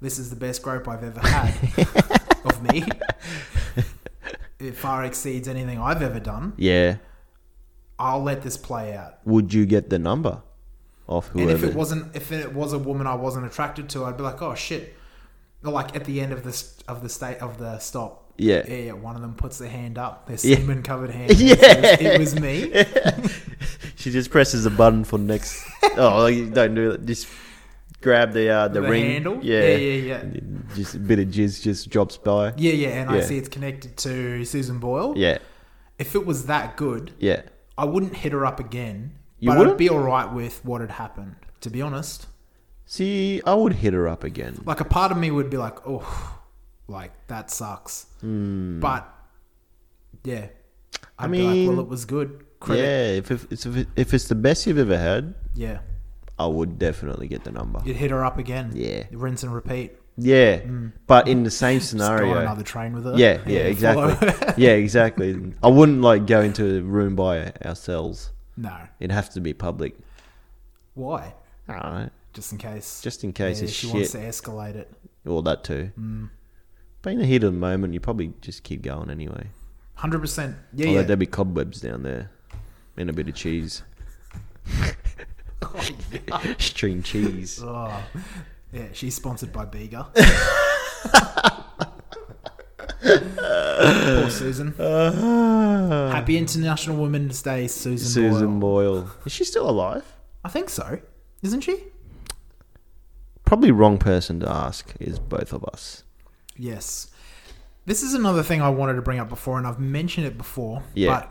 this is the best grope I've ever
[laughs]
had of me. It far exceeds anything I've ever done.
Yeah.
I'll let this play out.
Would you get the number off whoever?
And if it wasn't, if it was a woman I wasn't attracted to, I'd be like, oh shit. Or like at the end of the st- of the state of the stop.
Yeah.
yeah, yeah. One of them puts their hand up,
[laughs]
their
Yeah. [laughs]
semen covered hand.
Yeah.
Yeah, it was me.
She just presses the button for
[laughs]
next. oh, like, you don't do that. Just grab the uh, the,
The
ring.
handle?
Yeah.
Yeah, yeah, yeah.
And Just a bit of jizz just drops by.
Yeah, yeah, and I
Yeah.
see it's connected to Susan Boyle.
Yeah.
If it was that good,
Yeah.
I wouldn't hit her up again.
You
but I'd
wouldn't?
be all right with what had happened, to be honest.
See, I would hit her up again.
Like, a part of me would be like, oh, like, that sucks. But, yeah. I'd
Hmm. I
be like, well,
mean-
it was good. Credit.
Yeah. If, if, it's- if, it- if it's the best you've ever had,
Yeah.
I would definitely get the number.
You'd hit her up again.
Yeah.
Rinse and repeat.
Yeah. But in the same
Mm. Just go
scenario.
on another train with her.
Yeah, yeah,
[laughs]
exactly.
follow.
yeah, exactly. I wouldn't like go into a room by ourselves.
no.
It'd have to be public.
Why?
All right.
Just in case.
Just in case
yeah,
it's
she
shit.
wants to escalate it.
All that too.
Mm.
But in the heat of the moment, you probably just keep going anyway.
100%. Yeah,
Although
yeah.
there'd be cobwebs down there and a bit of
[laughs]
cheese. [laughs] String cheese.
Oh, yeah, she's sponsored
[laughs]
by Bega. Poor Susan. [laughs] Happy International Women's Day, Susan.
Susan
Boyle.
Boyle. Is she still alive?
I think so, isn't she?
Probably wrong person to ask is both of us.
Yes. This is another thing I wanted to bring up before, and I've mentioned it before.
Yeah.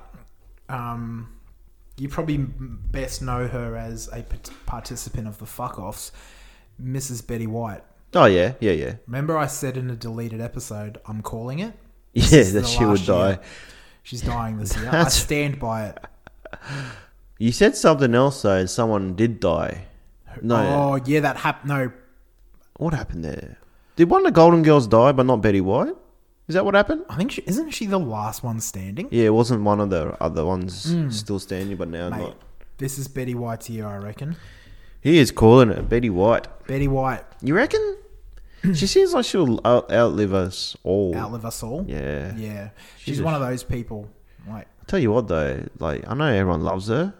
But um, you probably m- best know her as a pat- participant of the fuck offs, Mrs. Betty White.
Oh yeah, yeah, yeah.
Remember, I said in a deleted episode, I'm calling it. This
[laughs] Yeah,
is
that
the
she would
last year.
die.
She's dying
[laughs]
this year. I
That's-
stand by it.
You said something else though. Someone did die. No.
Oh yeah, that happened. No,
What happened there? Did one of the Golden Girls die, but not Betty White? Is that what happened?
I think she isn't she the last one standing.
Yeah, it wasn't one of the other ones still standing, but now
Mate,
not.
this is Betty White's year, I reckon.
He is calling it Betty White.
Betty White
You [clears throat] reckon? she seems like she'll out- outlive us all.
outlive us all.
Yeah.
yeah. She's,
She's a
one of those people. Like
I tell you what though, like I know everyone loves her.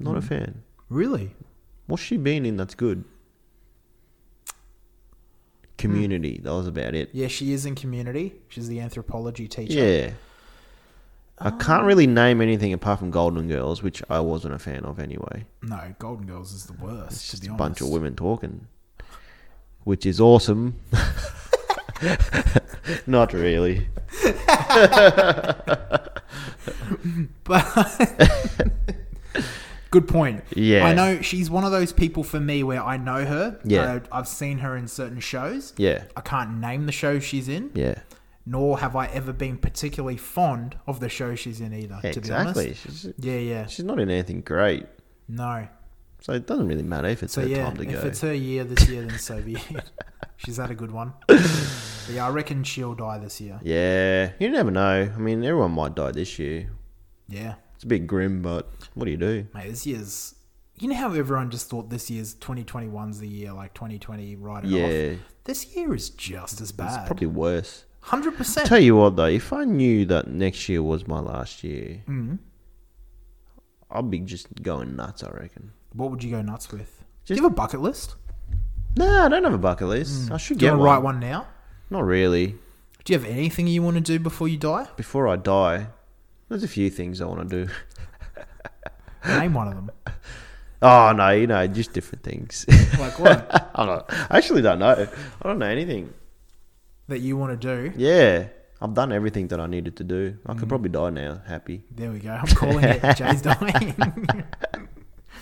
Not a fan.
really,
What's she been in that's good? Community.
Hmm.
That was about it.
yeah. She is in community. She's the anthropology teacher.
Yeah. I can't really name anything apart from Golden Girls, which I wasn't a fan of anyway.
No, Golden Girls is the worst.
It's
to
just
be
a
honest.
bunch of women talking, which is awesome. [laughs] Not really.
[laughs] But
[laughs]
good point.
Yeah.
I know she's one of those people for me where I know her.
Yeah.
I, I've seen her in certain shows.
Yeah.
I can't name the show she's in.
Yeah.
nor have I ever been particularly fond of the show she's in either. to
exactly.
be
She's,
honest, yeah, yeah,
she's not in anything great.
no.
So it doesn't really matter if it's
So
her
yeah,
time to
if
go.
it's her year this year, then so be it. [laughs] She's had a good one. yeah, I reckon she'll die this year.
yeah. You never know. I mean, everyone might die this year.
Yeah,
It's a bit grim, but what do you do?
mate, this year's. You know how everyone just thought this year's 2021's the year, like 2020, right? Off.
Yeah.
This year is just as
It's
bad.
probably worse.
Hundred
[laughs]
percent.
Tell you what though, if I knew that next year was my last year,
Mm-hmm.
I'd be just going nuts. I reckon.
What would you go nuts with?
Just-
Do you have a bucket list?
Nah, I don't have a bucket list. I should
Mm. Do you
get
want
one.
to write one now?
Not really.
Do you have anything you want to do before you die?
Before I die, there's a few things I want to do. [laughs]
Name one of them.
Oh no, you know, just different things.
Like what?
[laughs] I, don't, I actually don't know. I don't know anything.
that you want to do.
Yeah, I've done everything that I needed to do. I
Mm-hmm.
could probably die now, happy.
There we go. I'm calling
[laughs]
it. Jay's dying. [laughs]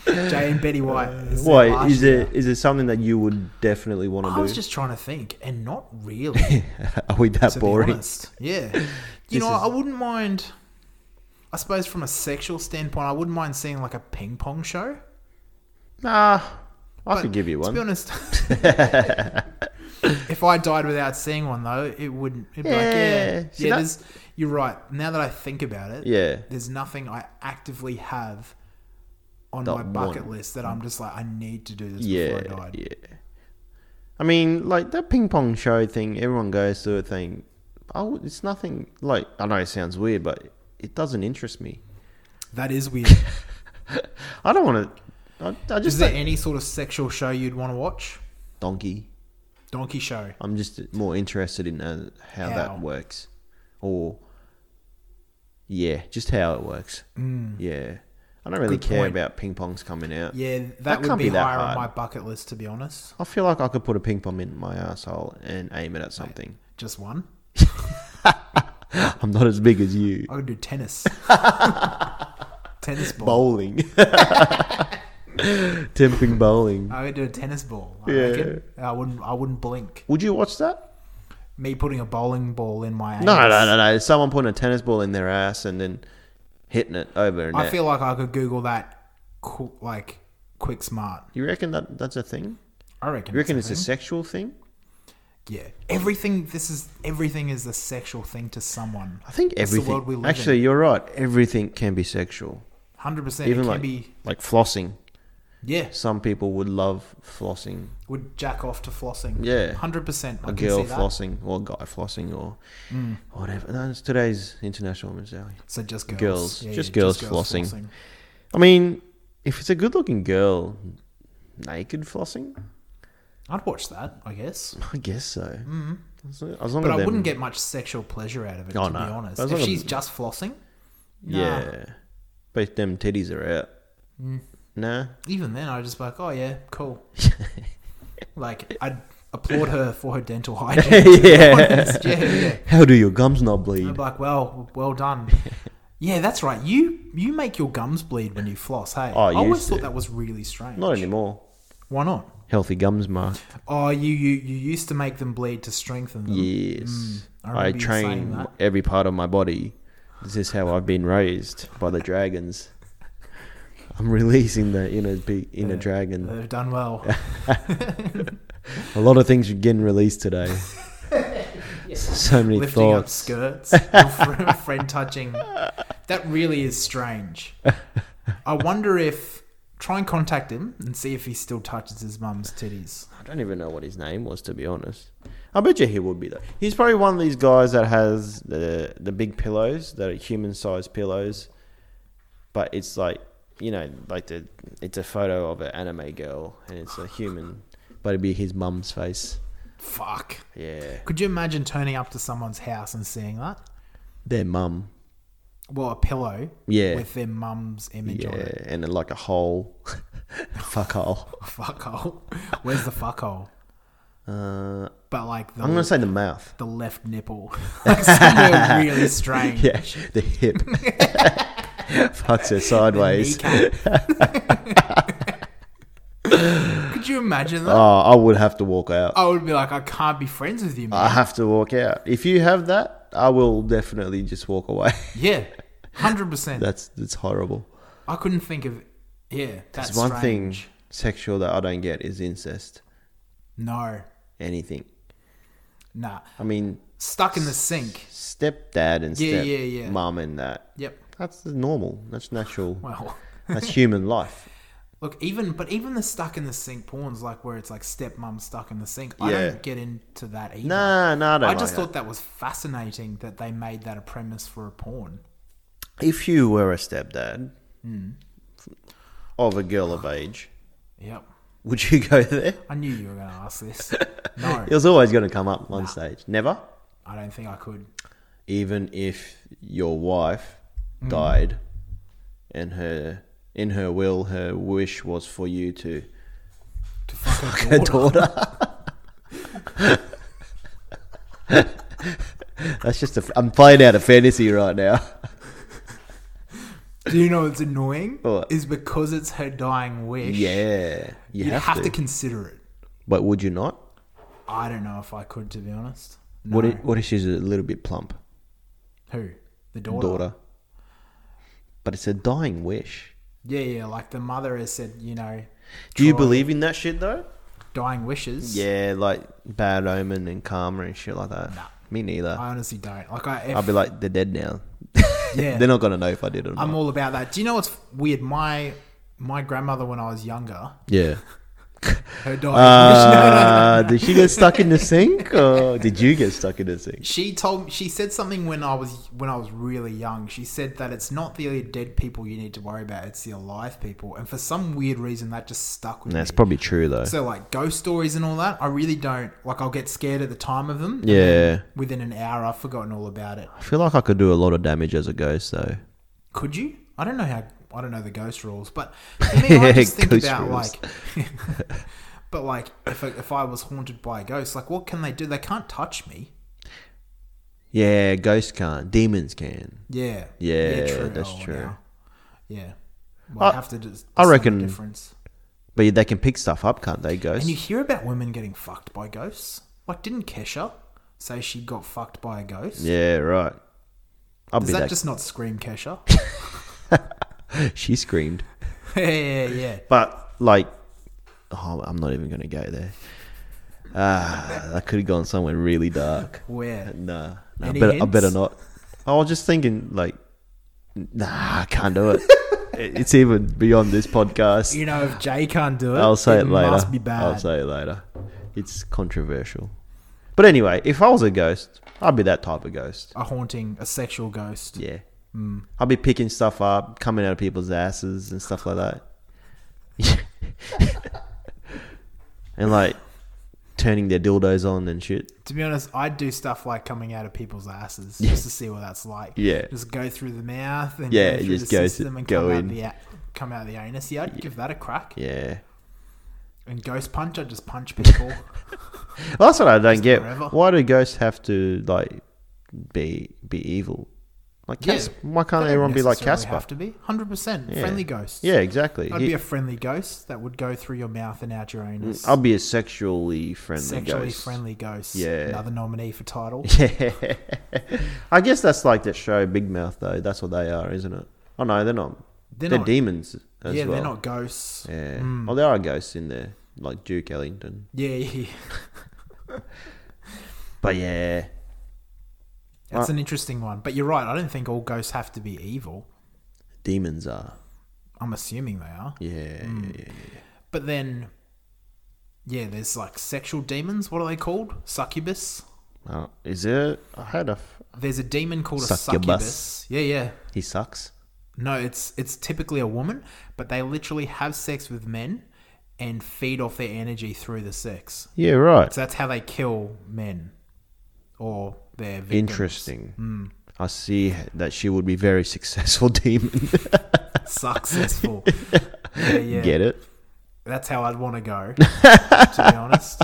Jay and Betty White. This their
Why
last
is
year.
it? Is it something that you would definitely want to
I
do?
was just trying to think, and not really.
[laughs] Are we that
To
boring?
be honest,
[laughs]
yeah. You
This
know,
is-
I wouldn't mind. I suppose from a sexual standpoint, I wouldn't mind seeing like a ping pong show.
Nah, I
But
could give you
To be
one. [laughs]
honest, if I died without seeing one though, it wouldn't. It'd be like, yeah,
Yeah, see
yeah.
that-
There's, you're right. Now that I think about it,
Yeah,
there's nothing I actively have on
That
my bucket
one.
list that I'm just like I need to do this
yeah,
before I died.
yeah. I mean, like that ping pong show thing. Everyone goes to a thing. Oh, it's nothing. Like I know it sounds weird, but it doesn't interest me. [laughs]
That is weird.
I don't want to. I, I
is
just
there
don't-
any sort of sexual show you'd want to watch?
donkey.
Donkey Show.
I'm just more interested in uh, how,
How?
that works, or yeah, just how it works. Yeah, I don't really
Mm. Good
care
point.
about ping pongs coming out.
Yeah, that,
That
would
can't
be,
be that
higher on
hard.
my bucket list, to be honest.
I feel like I could put a ping pong in my asshole and aim it at something.
Just one.
[laughs] I'm not as big as you.
I would do tennis. tennis ball.
[laughs] Bowling. [laughs] Temping bowling.
I would do a tennis ball. I
Yeah.
reckon. I wouldn't. I wouldn't blink.
Would you watch that?
Me putting a bowling ball in my.
No,
anus.
no, no, no. Someone putting a tennis ball in their ass and then hitting it over and
I feel like I could Google that, qu- like quick smart.
You reckon that that's a thing?
I reckon.
You reckon
it's
it's a sexual thing?
yeah. Everything. This is everything is a sexual thing to someone.
I think
That's the
everything.
world we live in.
actually, you're right. Everything can be sexual.
Hundred percent. It
Even
can
like
be.
like flossing.
Yeah.
Some people would love flossing.
Would jack off to flossing.
Yeah.
Hundred percent.
A
I can
girl
see that. Hmm.
flossing or a guy flossing or whatever. No, it's today's International Women's Day.
So just girls.
Girls.
Yeah,
Just
yeah,
girls flossing. I mean, if it's a good-looking girl, naked flossing, [laughs]
I'd watch that. I guess.
I guess so. Mm-hmm. As long as
Hmm. But I
them-
wouldn't get much sexual pleasure out of it,
Oh,
to
no.
be honest.
As
If
long as-
she's just flossing, nah. Hmm.
Yeah, but if them titties are out.
[laughs]
Nah, [laughs]
even then, I'd just be like, oh, yeah, cool. like, I'd applaud her for
[laughs]
her dental hygiene. to be
Yeah.
[laughs] honest. yeah, yeah.
how do your gums not
I'd
bleed?
be like, well,
[laughs]
well done. yeah, that's right. You you make your gums bleed when you floss, hey?
Oh, I
I always
used
thought
to.
that was really strange.
Not anymore.
Why not?
Healthy gums, Mark.
Oh, you, you, you used to make them bleed to strengthen them.
Yes.
Um, mm, I
I,
remember you saying
train
that.
every part of my body. This is how I've been raised by the dragons. I'm releasing the inner be- inner dragon.
They've done well.
A lot of things are getting released
[laughs]
today. So many
lifting up
thoughts.
skirts, your fr- [laughs] friend touching. That really is strange. I wonder if try and contact him and see if he still touches his mum's titties.
I don't even know what his name was, to be honest. I bet you he would be though. He's probably one of these guys that has the the big pillows that are human sized pillows, but it's like you know, like the it's a photo of an anime girl and it's a human, but it'd be his mum's face.
Fuck.
Yeah,
Could you imagine turning up to someone's house and seeing that?
their mum.
Well, a pillow
Yeah,
with their mum's image
yeah,
on it.
and then like a hole, [laughs] fuck hole.
[laughs] Fuckhole. Where's the fuckhole?
Uh,
But like the,
I'm gonna say the mouth.
the left nipple. [laughs] like somewhere really strange.
[laughs] Yeah, the
[laughs]
hip. Fucks her sideways.
Kneecap. Could you imagine that?
Oh, I would have to walk out.
I would be like, I can't be friends with you, man.
I have to walk out. If you have that, I will definitely just walk away. [laughs]
yeah, hundred percent.
that's that's horrible.
I couldn't think of. Yeah, that's
It's one
strange.
thing sexual that I don't get is incest.
No,
Anything.
nah.
I mean,
Stuck in the sink.
stepdad and
Yeah,
step
yeah, yeah.
mum and that.
Yep.
That's normal. That's natural.
Well, [laughs]
That's human life.
look, even but even the stuck in the sink porns, like where it's like stepmom stuck in the sink. I
Yeah.
don't get into that either.
Nah, nah, I don't
I just
like
thought that was fascinating that they made that a premise for a porn.
that. If you were a stepdad
Hmm.
of a girl of age,
Yep.
would you go there?
I knew you were going to ask
[laughs]
this. No,
It was always going to come up on stage. Never.
I don't think I could.
even if your wife died and her in her will her wish was for you to [laughs]
To fuck
her
a daughter.
daughter that's just a i'm playing out a fantasy right now
Do you know what's annoying?
What?
Is because it's her dying wish.
yeah you,
You
have, to.
consider it.
but would you not
I don't know if I could, to be honest. No.
what, if, what if she's a little bit plump
Who? The daughter.
daughter but it's a dying wish
Yeah, yeah. Like the mother has said, you know,
do you
Troy-
believe in that shit though
dying wishes.
yeah like bad omen and karma and shit like that me neither
I honestly don't. Like I, if,
I'll be like, they're dead now.
[laughs] Yeah.
They're not gonna know if I did it or not.
I'm all about that. Do you know what's weird? My my grandmother when I was younger,
yeah.
her [laughs] dying wish. Oh, No, no, no.
Uh, did she get stuck in the sink, or did you get stuck in the sink?
She told she said something when I was when I was really young. She said that it's not the dead people you need to worry about; it's the alive people. And for some weird reason, that just stuck with
That's
me.
probably true though.
so like ghost stories and all that, I really don't like. I'll get scared at the time of them. and
yeah,
Within an hour, I've forgotten all about it.
I feel like I could do a lot of damage as a ghost though.
Could you? I don't know how. I don't know the ghost rules, but for
[laughs]
me, I just think
Ghost
about
rules.
like, [laughs] but like if I, if I was haunted by a ghost, like what can they do? They can't touch me.
Yeah, ghosts can't. Demons can.
Yeah.
Yeah, that's
Oh,
true.
now. Yeah. Well, I
I-
have to. Just
I
discern the
reckon-
difference.
But they can pick stuff up, can't they, ghosts?
And you hear about women getting fucked by ghosts. Like, didn't Kesha say she got fucked by a ghost?
yeah, right. I'll
Does
be
that,
that.
just not
[laughs]
scream Kesha? [laughs]
she screamed.
yeah, yeah, yeah.
But like, oh, I'm not even gonna go there. Ah, I could have gone somewhere really dark.
Where?
Nah, nah I,
Any
better, I
hints?
better not. I was just thinking, like, nah, I can't [laughs] do it. It- it's even beyond this podcast.
You know, if Jay can't do it,
I'll say it later.
Must be bad.
I'll say it later. It's controversial. But anyway, if I was a ghost, I'd be that type of ghost.
a haunting, a sexual ghost.
Yeah.
Hmm.
I'd be picking stuff up, coming out of people's asses and stuff like that. [laughs] and like turning their dildos on and shit.
To be honest, I'd do stuff like coming out of people's asses just to see what that's like.
Yeah.
Just go through the mouth and
Yeah,
go through
just
the
go to-
system and
go
come,
in.
Out the, a- come out the anus. Yeah, I'd give that a crack.
Yeah.
And ghost punch, I'd just
[laughs]
punch people.
Well, that's what I don't get.
forever.
Why do ghosts have to like be be evil? Like
Yeah,
Cas- why can't
They don't
everyone be like
necessarily
Casper?
Have to be hundred percent
Yeah.
friendly ghosts.
Yeah, exactly.
I'd
He- [laughs]
be a friendly ghost that would go through your mouth and out your anus.
I'll be a sexually friendly
Sexually
ghost.
friendly ghosts.
Yeah.
Another nominee for title.
[laughs] Yeah. I guess that's like that show Big Mouth though. That's what they are, isn't it? Oh no, they're not.
They're
They're,
not-
demons [laughs] as
yeah,
well.
they're not ghosts.
Yeah.
Mm.
Well, there are ghosts in there, like Duke Ellington.
Yeah, yeah.
But yeah,
That's
Uh,
an interesting one. But you're right. I don't think all ghosts have to be evil.
demons are.
I'm assuming they are.
Yeah,
Mm.
yeah, yeah, yeah.
But then, yeah, there's like sexual demons. What are they called? Succubus.
Oh, is it? I had a. F-
There's a demon called a
Succubus.
succubus. Yeah, yeah.
he sucks.
No, it's it's typically a woman, but they literally have sex with men and feed off their energy through the sex.
Yeah, right.
So that's how they kill men or their victims.
Interesting.
Mm.
I see that she would be very [laughs] successful [laughs] demon.
[laughs]
[laughs]
Successful. yeah, yeah.
Get it?
That's how I'd want
[laughs]
to go. to be honest.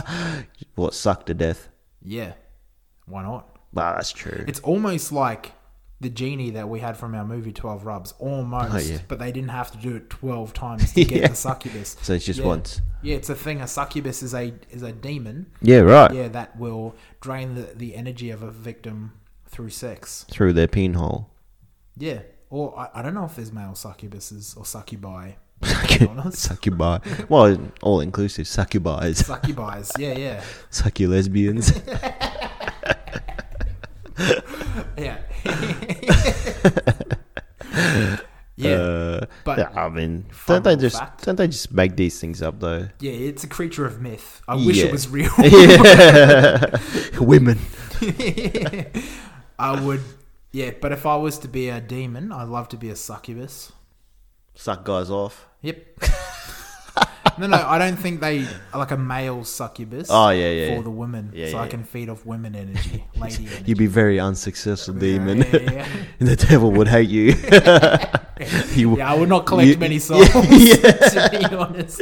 What sucked to death?
Yeah. Why not?
Wow, that's
[laughs]
true.
It's almost like the genie that we had from our movie 12 Rubs. Almost.
Oh, yeah.
But they didn't have to do it 12 times to
[laughs]
get
Yeah.
the succubus.
So it's just
yeah.
once.
Yeah, it's a thing. A succubus is a is a demon.
Yeah, right.
Yeah, that will drain the, the energy of a victim through sex.
Through their pinhole. [laughs]
Yeah. Or I, I don't know if there's male succubuses or succubi.
[laughs]
honest.
succubi. Well, all inclusive [laughs] succubis,
Succubis. [laughs] Yeah, yeah.
succu lesbians. [laughs]
Yeah. [laughs] [laughs] yeah.
Uh,
But-
yeah, I mean,
Fun
don't they
little
just
fact.
don't they just make these things up though?
yeah, it's a creature of myth. I wish it
Yeah.
was real.
[laughs] Yeah, [laughs] women.
[laughs] I would. Yeah, but if I was to be a demon, I'd love to be a succubus.
Suck guys off. [laughs]
Yep. no, no, I don't think they are like a male succubus.
Oh, yeah, yeah,
For
yeah.
the women,
Yeah,
so
yeah,
I can feed off
[laughs]
women energy, lady energy.
You'd be very unsuccessful, demon.
Yeah, yeah, yeah.
[laughs] the devil would hate you. [laughs] You-
yeah, I would not collect
you-
many souls.
[laughs]
[laughs]
yeah.
to be honest.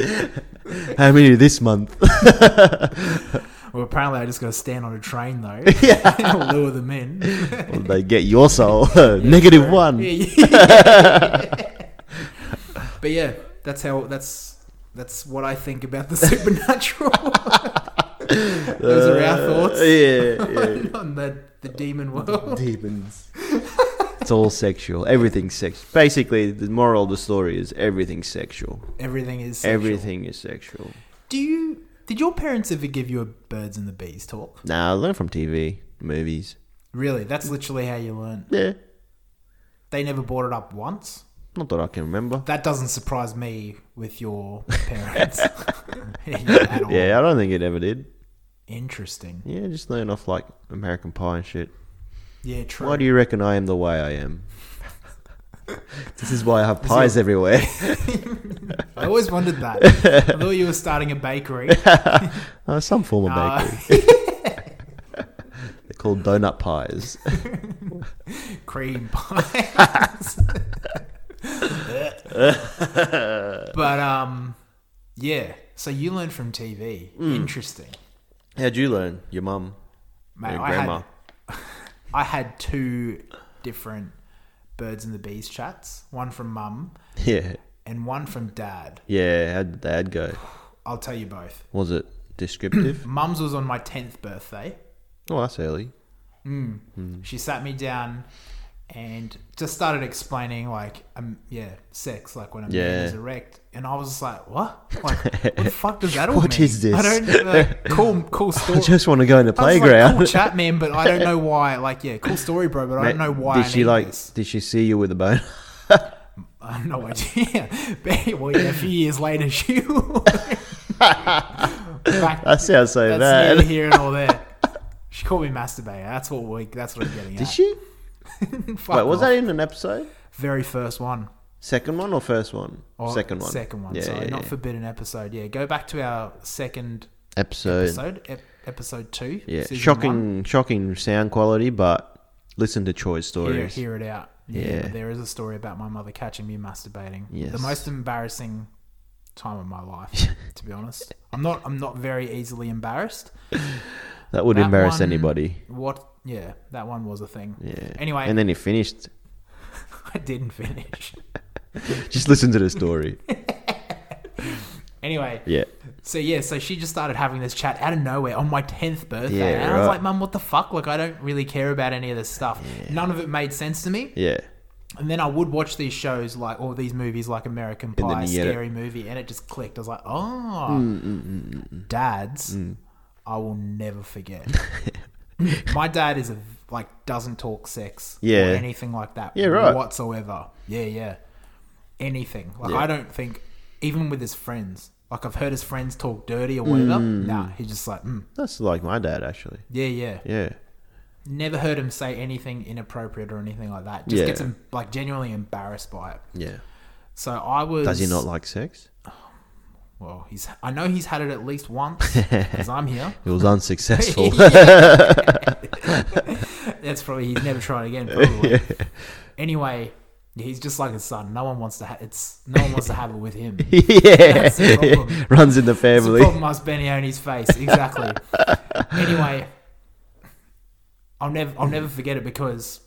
How many this month?
[laughs] Well, apparently I just got to stand on a
[laughs]
train though, [laughs] lure them in.
Well, they get your
[laughs]
soul. [laughs] Negative one. [laughs]
Yeah, yeah. [laughs] but yeah, that's how. That's that's what I think about the supernatural. [laughs] Those are our thoughts.
Uh, yeah, yeah.
[laughs] on the, the demon world.
demons. it's all sexual. Everything's sex. Basically, the moral of the story is everything's sexual.
Everything is sexual.
Everything is sexual.
Do you did your parents ever give you a birds and the bees talk?
Nah, I learned from TV, movies.
Really, that's literally how you learn.
Yeah,
They never brought it up once.
not that I can remember.
That doesn't surprise me with your
[laughs]
parents. [laughs] At all.
Yeah, I don't think it ever did.
Interesting.
Yeah, just learn off like American Pie and shit.
Yeah, true.
Why do you reckon I am the way I
[laughs]
am? this is why I have pies
[laughs]
everywhere.
I always wondered
[laughs]
that. I thought you were starting a bakery.
Uh, some form of
Uh,
bakery.
[laughs]
They're called donut pies.
cream pies. [laughs] But um, yeah. So you learn from TV.
Hmm.
Interesting,
How'd you learn? Your mum,
mate.
your
I
grandma.
had I had two different birds and the bees chats. One from mum
Yeah,
and one from dad.
yeah. How'd dad go?
I'll tell you both.
Was it
[clears throat]
descriptive?
Mum's was on my tenth birthday.
oh, that's early.
She sat me down and just started explaining, like, um, yeah, sex, like when a
Yeah.
man is erect. And I was just like, what? Like, what the fuck does that all
What
mean?
is this?
I don't like, cool, cool
[laughs] I
story.
just want to go in the
I was like,
playground.
cool chat, man, but I
[laughs]
don't know why. Like, yeah, cool story, bro, but I don't know why.
Did
I
she
need
like?
this.
Did she see you with a
[laughs]
bone?
I have no idea. [laughs] but, well, yeah, a few years later, she. [laughs]
[laughs]
Back,
That sounds so
that's neither
bad.
here and
[laughs]
all there. She called me masturbator. That's what we. That's what I'm getting
Did
at. [laughs]
she?
Fuck
Wait, was
off.
that in an episode?
very first one?
Second one or first one?
Or
second one.
Oh, Second one.
Yeah,
sorry,
yeah,
not
yeah.
forbidden episode. Yeah, go back to our second
episode.
episode, ep- episode two.
Yeah,
season one.
shocking, shocking sound quality, but listen to Troy's
Hear,
stories.
hear it out.
Yeah.
but there is a story about my mother catching me masturbating.
Yes.
the most embarrassing time of
[laughs]
my life, to be honest. I'm not. I'm not very easily embarrassed.
That would
That
embarrass
one-
anybody.
What? Yeah, that one was a thing.
Yeah.
Anyway,
and then he finished.
[laughs]
[laughs]
I didn't finish.
Just listen to the
[laughs]
story.
Anyway,
yeah.
So yeah, so she just started having this chat out of nowhere on my tenth birthday,
Yeah,
and I was
right.
like, "Mum, what the fuck? Like, I don't really care about any of this stuff. None of it made sense to me."
Yeah.
And then I would watch these shows like or these movies like American
then
Pie,
you get it.
scary movie, and it just clicked. I was like, "Oh,
Mm,
dads, I will
[laughs]
never forget." my dad is a like doesn't talk sex
Yeah.
or anything like that.
Yeah, right.
Whatsoever. Yeah, yeah. Anything. Like
Yeah.
I don't think even with his friends. Like I've heard his friends talk dirty or whatever. Nah, he's just like, mm,
That's like my dad, actually.
yeah, yeah.
Yeah.
Never heard him say anything inappropriate or anything like that. Just
Yeah.
gets him like genuinely embarrassed by it.
Yeah.
So I was.
Does he not like sex?
Well, he's. I know he's had it at least
[laughs]
once because I'm here.
It was
[laughs]
unsuccessful.
That's probably he's never tried
[laughs]
again. Probably. [laughs] Anyway, he's just like his son. No one wants to. Ha- it's no one wants to have it
[laughs]
with him. It's
yeah.
That's the problem.
[laughs] Runs in the
the
family.
problem was Benione's face.
[laughs]
Exactly. anyway, I'll never. I'll never forget it because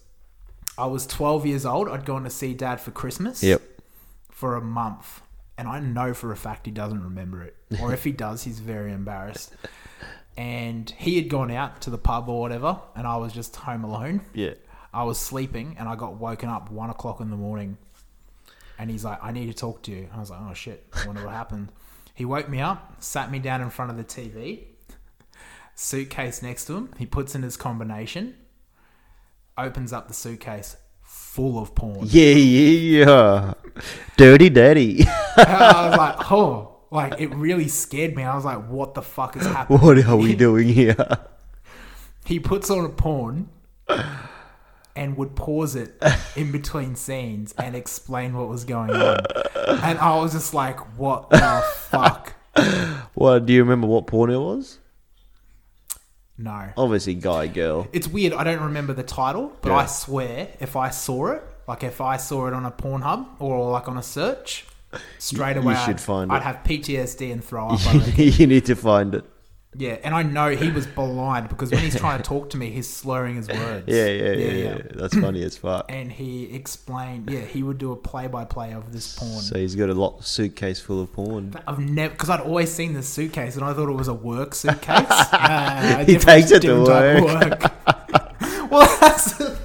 I was 12 years old. I'd gone to see Dad for Christmas.
Yep.
for a month, and I know for a fact he doesn't remember it, or if he does, he's very embarrassed. And he had gone out to the pub or whatever, and I was just home alone.
Yeah.
I was sleeping, and I got woken up one o'clock in the morning, and he's like, "I need to talk to you." I was like, "Oh shit, I wonder what happened." He woke me up, sat me down in front of the TV, suitcase next to him. He puts in his combination, opens up the suitcase full of porn.
Yeah. Yeah. Yeah. Dirty, dirty.
And I was like, oh, like it really scared me. I was like, what the
[laughs]
fuck is happening?
[laughs] what are we doing here? [laughs]
He puts on a porn and would pause it in between scenes and explain what was going on. And I was just like, what the fuck?
What? Do you remember what porn it was?
No.
Obviously, guy, girl.
It's weird. I don't remember the title, but
Yeah.
I swear if I saw it, like if I saw it on a Pornhub or like on a search, straight
You- you
away
should
I'd,
find
I'd
it.
have PTSD and
[laughs]
throw up. I reckon.
you need to find it.
Yeah, and I know he was blind because when he's trying to talk to me, he's slurring his words.
Yeah, yeah, yeah, yeah. That's funny as fuck.
And he explained, yeah, he would do a play-by-play of this porn.
So he's got a lot suitcase full of porn.
I've never, because I'd always seen this suitcase, and I thought it was a work
[laughs]
suitcase. Uh, Nah,
He
different-
takes it to
different type of work. [laughs] well, that's the,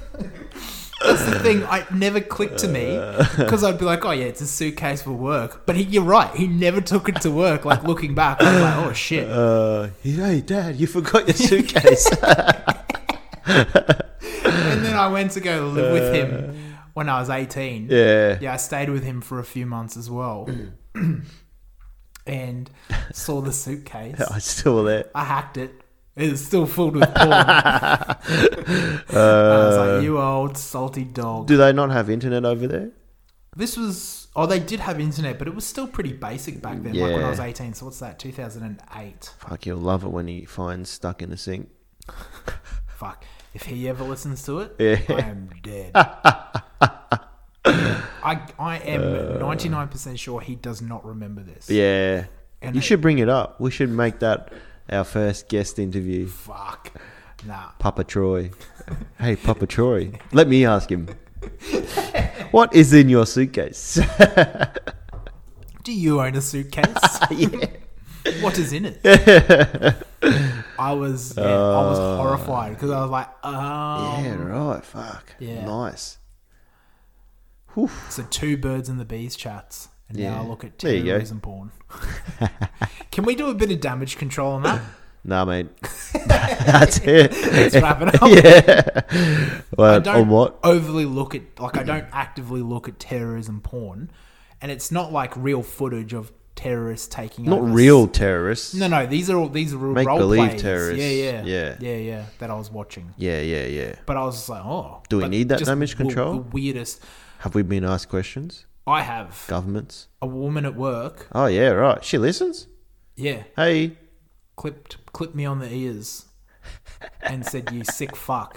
that's the thing. I it never clicked to me
Uh.
because I'd be like, oh yeah, it's a suitcase for work. But he, you're right, he never took it to work. Like looking back, I was like, oh shit.
Uh, hey, Dad, you forgot your suitcase.
and then I went to go live with him when I was 18.
[laughs] Uh, yeah.
Yeah, I stayed with him for a few months
[clears throat]
as well. and saw the
[laughs]
suitcase.
I still there.
I hacked it. It was still filled with
[laughs]
porn. Uh, I was
Uh,
like, you old salty dog.
Do they not have internet over there?
This was, oh, they did have internet, but it was still pretty basic back then, like when I
Yeah.
was 18. So what's that, 2008?
Fuck, you'll love it when he finds stuck in the sink.
Fuck.
[laughs]
If he ever listens to it,
Yeah.
I am dead. I, I am 99% sure he does not remember this.
Yeah.
And
you
I-
should bring it up. We should make that our first guest interview.
[laughs] Fuck. Nah.
Papa
[laughs]
Troy. hey, Papa Troy. Let me ask him. what is in your suitcase? [laughs]
Um, Do you own a suitcase?
yeah.
what is in it? I was yeah, I was horrified because I was like, oh,
Uh, Yeah, right. Fuck.
yeah.
Nice.
so two birds and the bees chats, and
Yeah.
now I look at
There you go.
terrorism porn. [laughs] Can we do a bit of damage control on that?
Nah,
[laughs]
mate. That's it.
Let's wrap it
[laughs]
up.
yeah.
I
Well,
don't
on what?
overly look at like I don't actively look at terrorism porn, and it's not like real footage of terrorists taking
Not
over
real terrorists.
No, no, these are all these are all
Make
role
believe
plays.
terrorists.
Yeah, yeah,
Yeah.
yeah, yeah. That I was watching,
Yeah, yeah, yeah.
but I was just like, oh,
Do we
But
need that
just
damage
the-
control?
The weirdest.
Have we been asked questions?
I have
Governments?
a woman at work.
Oh, yeah, right. She listens.
Yeah,
Hey. [laughs]
clipped clipped me on the ears and said, "You sick fuck."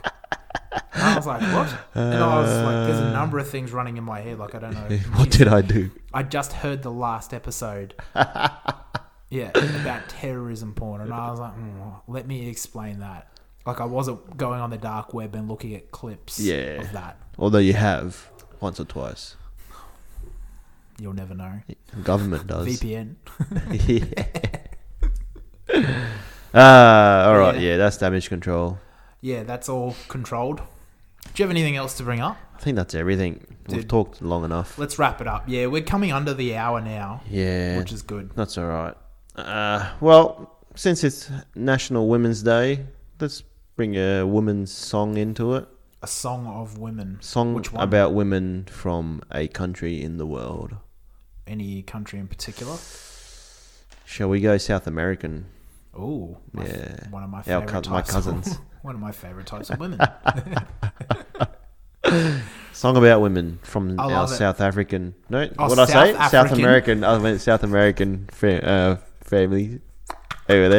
And I was like, "What?" And I was like, "There's a number of things running in my head. Like I don't know
Uh. [laughs] What did I do?
I just heard the
[laughs]
last episode. yeah, about terrorism porn, and I was like, mm, let me explain that. Like I wasn't going on the dark web and looking at clips
Yeah.
of that.
Although you have once or twice.
You'll never know. [laughs]
Government does.
VPN.
[laughs] yeah. [laughs] Ah, all right.
Yeah.
Yeah. that's damage control.
yeah, that's all controlled. Do you have anything else to bring up?
I think that's everything. We've
Dude.
talked long enough.
Let's wrap it up. Yeah, we're coming under the hour now,
Yeah,
which is good.
that's all right. Uh, well, since it's National Women's Day, let's bring a woman's song into it.
A song of women.
Song
Which one?
about women from a country in the world.
Any country in particular?
Shall we go South American?
Oh,
Yeah.
one of my
Our
favorite
cous-
types
my
Of,
cousins.
[laughs] one of my favorite types
[laughs]
of women.
Song about women from
I
our
love it.
South African. No,
Oh,
what I
South
say? South
African.
American. I meant South American fa- uh, family over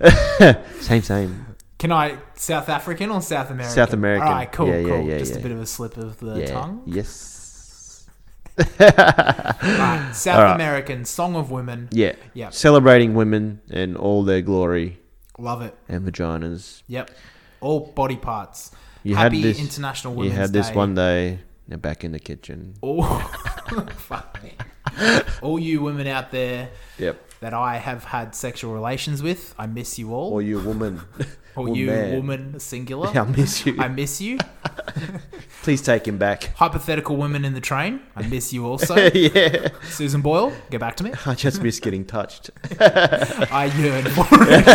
there. [laughs] same, same.
Can I South African or South American?
South American.
All right, cool,
Yeah, yeah,
cool.
yeah,
Just a
yeah.
bit of a slip of the
yeah.
tongue.
Yes. [laughs]
All right, South
All right.
American song of women.
Yeah.
Yep.
Celebrating women and all their glory
Love it.
and vaginas.
Yep. All body parts.
You
Happy
had this.
International
you
Women's
had this
Day.
one day. Now back in the kitchen.
All, [laughs] fuck me. all you women out there
Yep.
that I have had sexual relations with, I miss you all.
Or you woman.
Oh. [laughs] Or
Or
you
man. [laughs]
woman singular.
I miss you.
I miss you.
Please take him
[laughs]
back.
Hypothetical women in the train. I miss
[laughs]
you also.
yeah.
Susan Boyle, get back to me.
I just miss getting touched.
I yearn for it.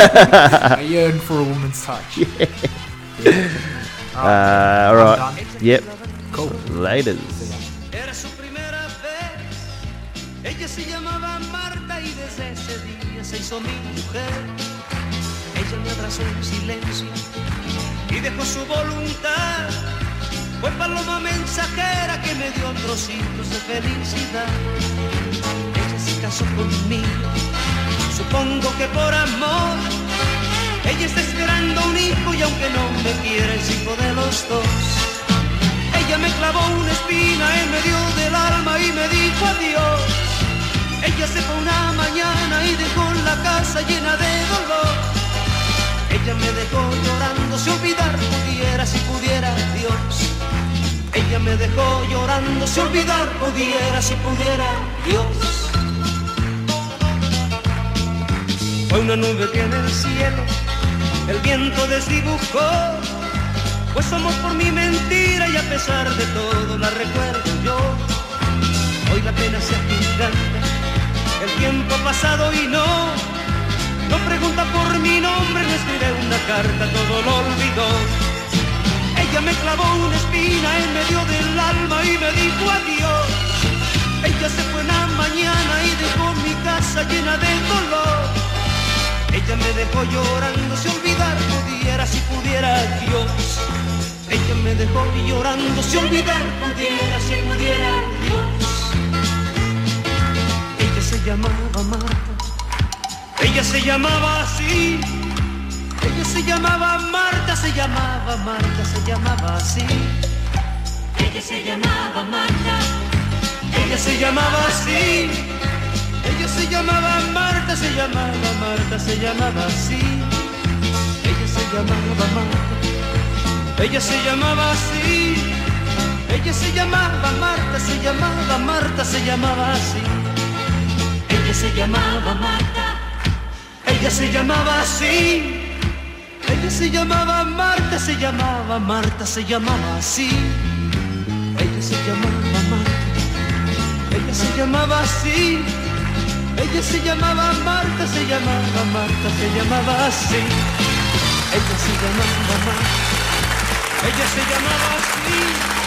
I yearn for a woman's touch.
Uh, all
I'm
right.
done.
Yep.
Cool.
Laters.
Era su primera vez. Ella se llamaba Marta y desde ese día se hizo mi mujer. Ella me abrazó en silencio y dejó su voluntad. Fue paloma mensajera que me dio trocitos de felicidad. Ella se casó conmigo, supongo que por amor. Ella está esperando un hijo y aunque no me quiera es hijo de los dos. Ella me clavó una espina en medio del alma y me dijo adiós. Ella se fue una mañana y dejó la casa llena de dolor. Ella me dejó llorando, si olvidar pudiera, si pudiera Dios. Ella me dejó llorando, si olvidar pudiera, si pudiera Dios. Fue una nube que en el cielo el viento desdibujó. Pues amor por mi mentira y a pesar de todo la recuerdo yo. Hoy la pena se agiganta, el tiempo ha pasado y no. No pregunta por mi nombre, no escribe una carta, todo lo olvidó. Ella me clavó una espina en medio del alma y me dijo adiós. Ella se fue una mañana y dejó mi casa llena de dolor. Ella me dejó llorando, si olvidar pudiera, si pudiera Dios. Ella me dejó llorando, si olvidar pudiera, si pudiera Dios. Ella se llamaba Marta, ella se llamaba así. Ella se llamaba Marta, se llamaba Marta, se llamaba así.
Ella se llamaba Marta,
Ella se llamaba así. Ella se llamaba Marta, se llamaba Marta, se llamaba así. Ella se llamaba Marta. Ella se llamaba así. Ella se llamaba Marta, se llamaba Marta, se llamaba así. Ella se llamaba Marta. Ella se llamaba así. Ella se llamaba Marta, se llamaba Marta, se llamaba así. Ella se llamaba Marta. Ella se llamaba así. Ella se llamaba Marta, se llamaba Marta, se llamaba así. Ella se llamaba Marta. Ella se llamaba así.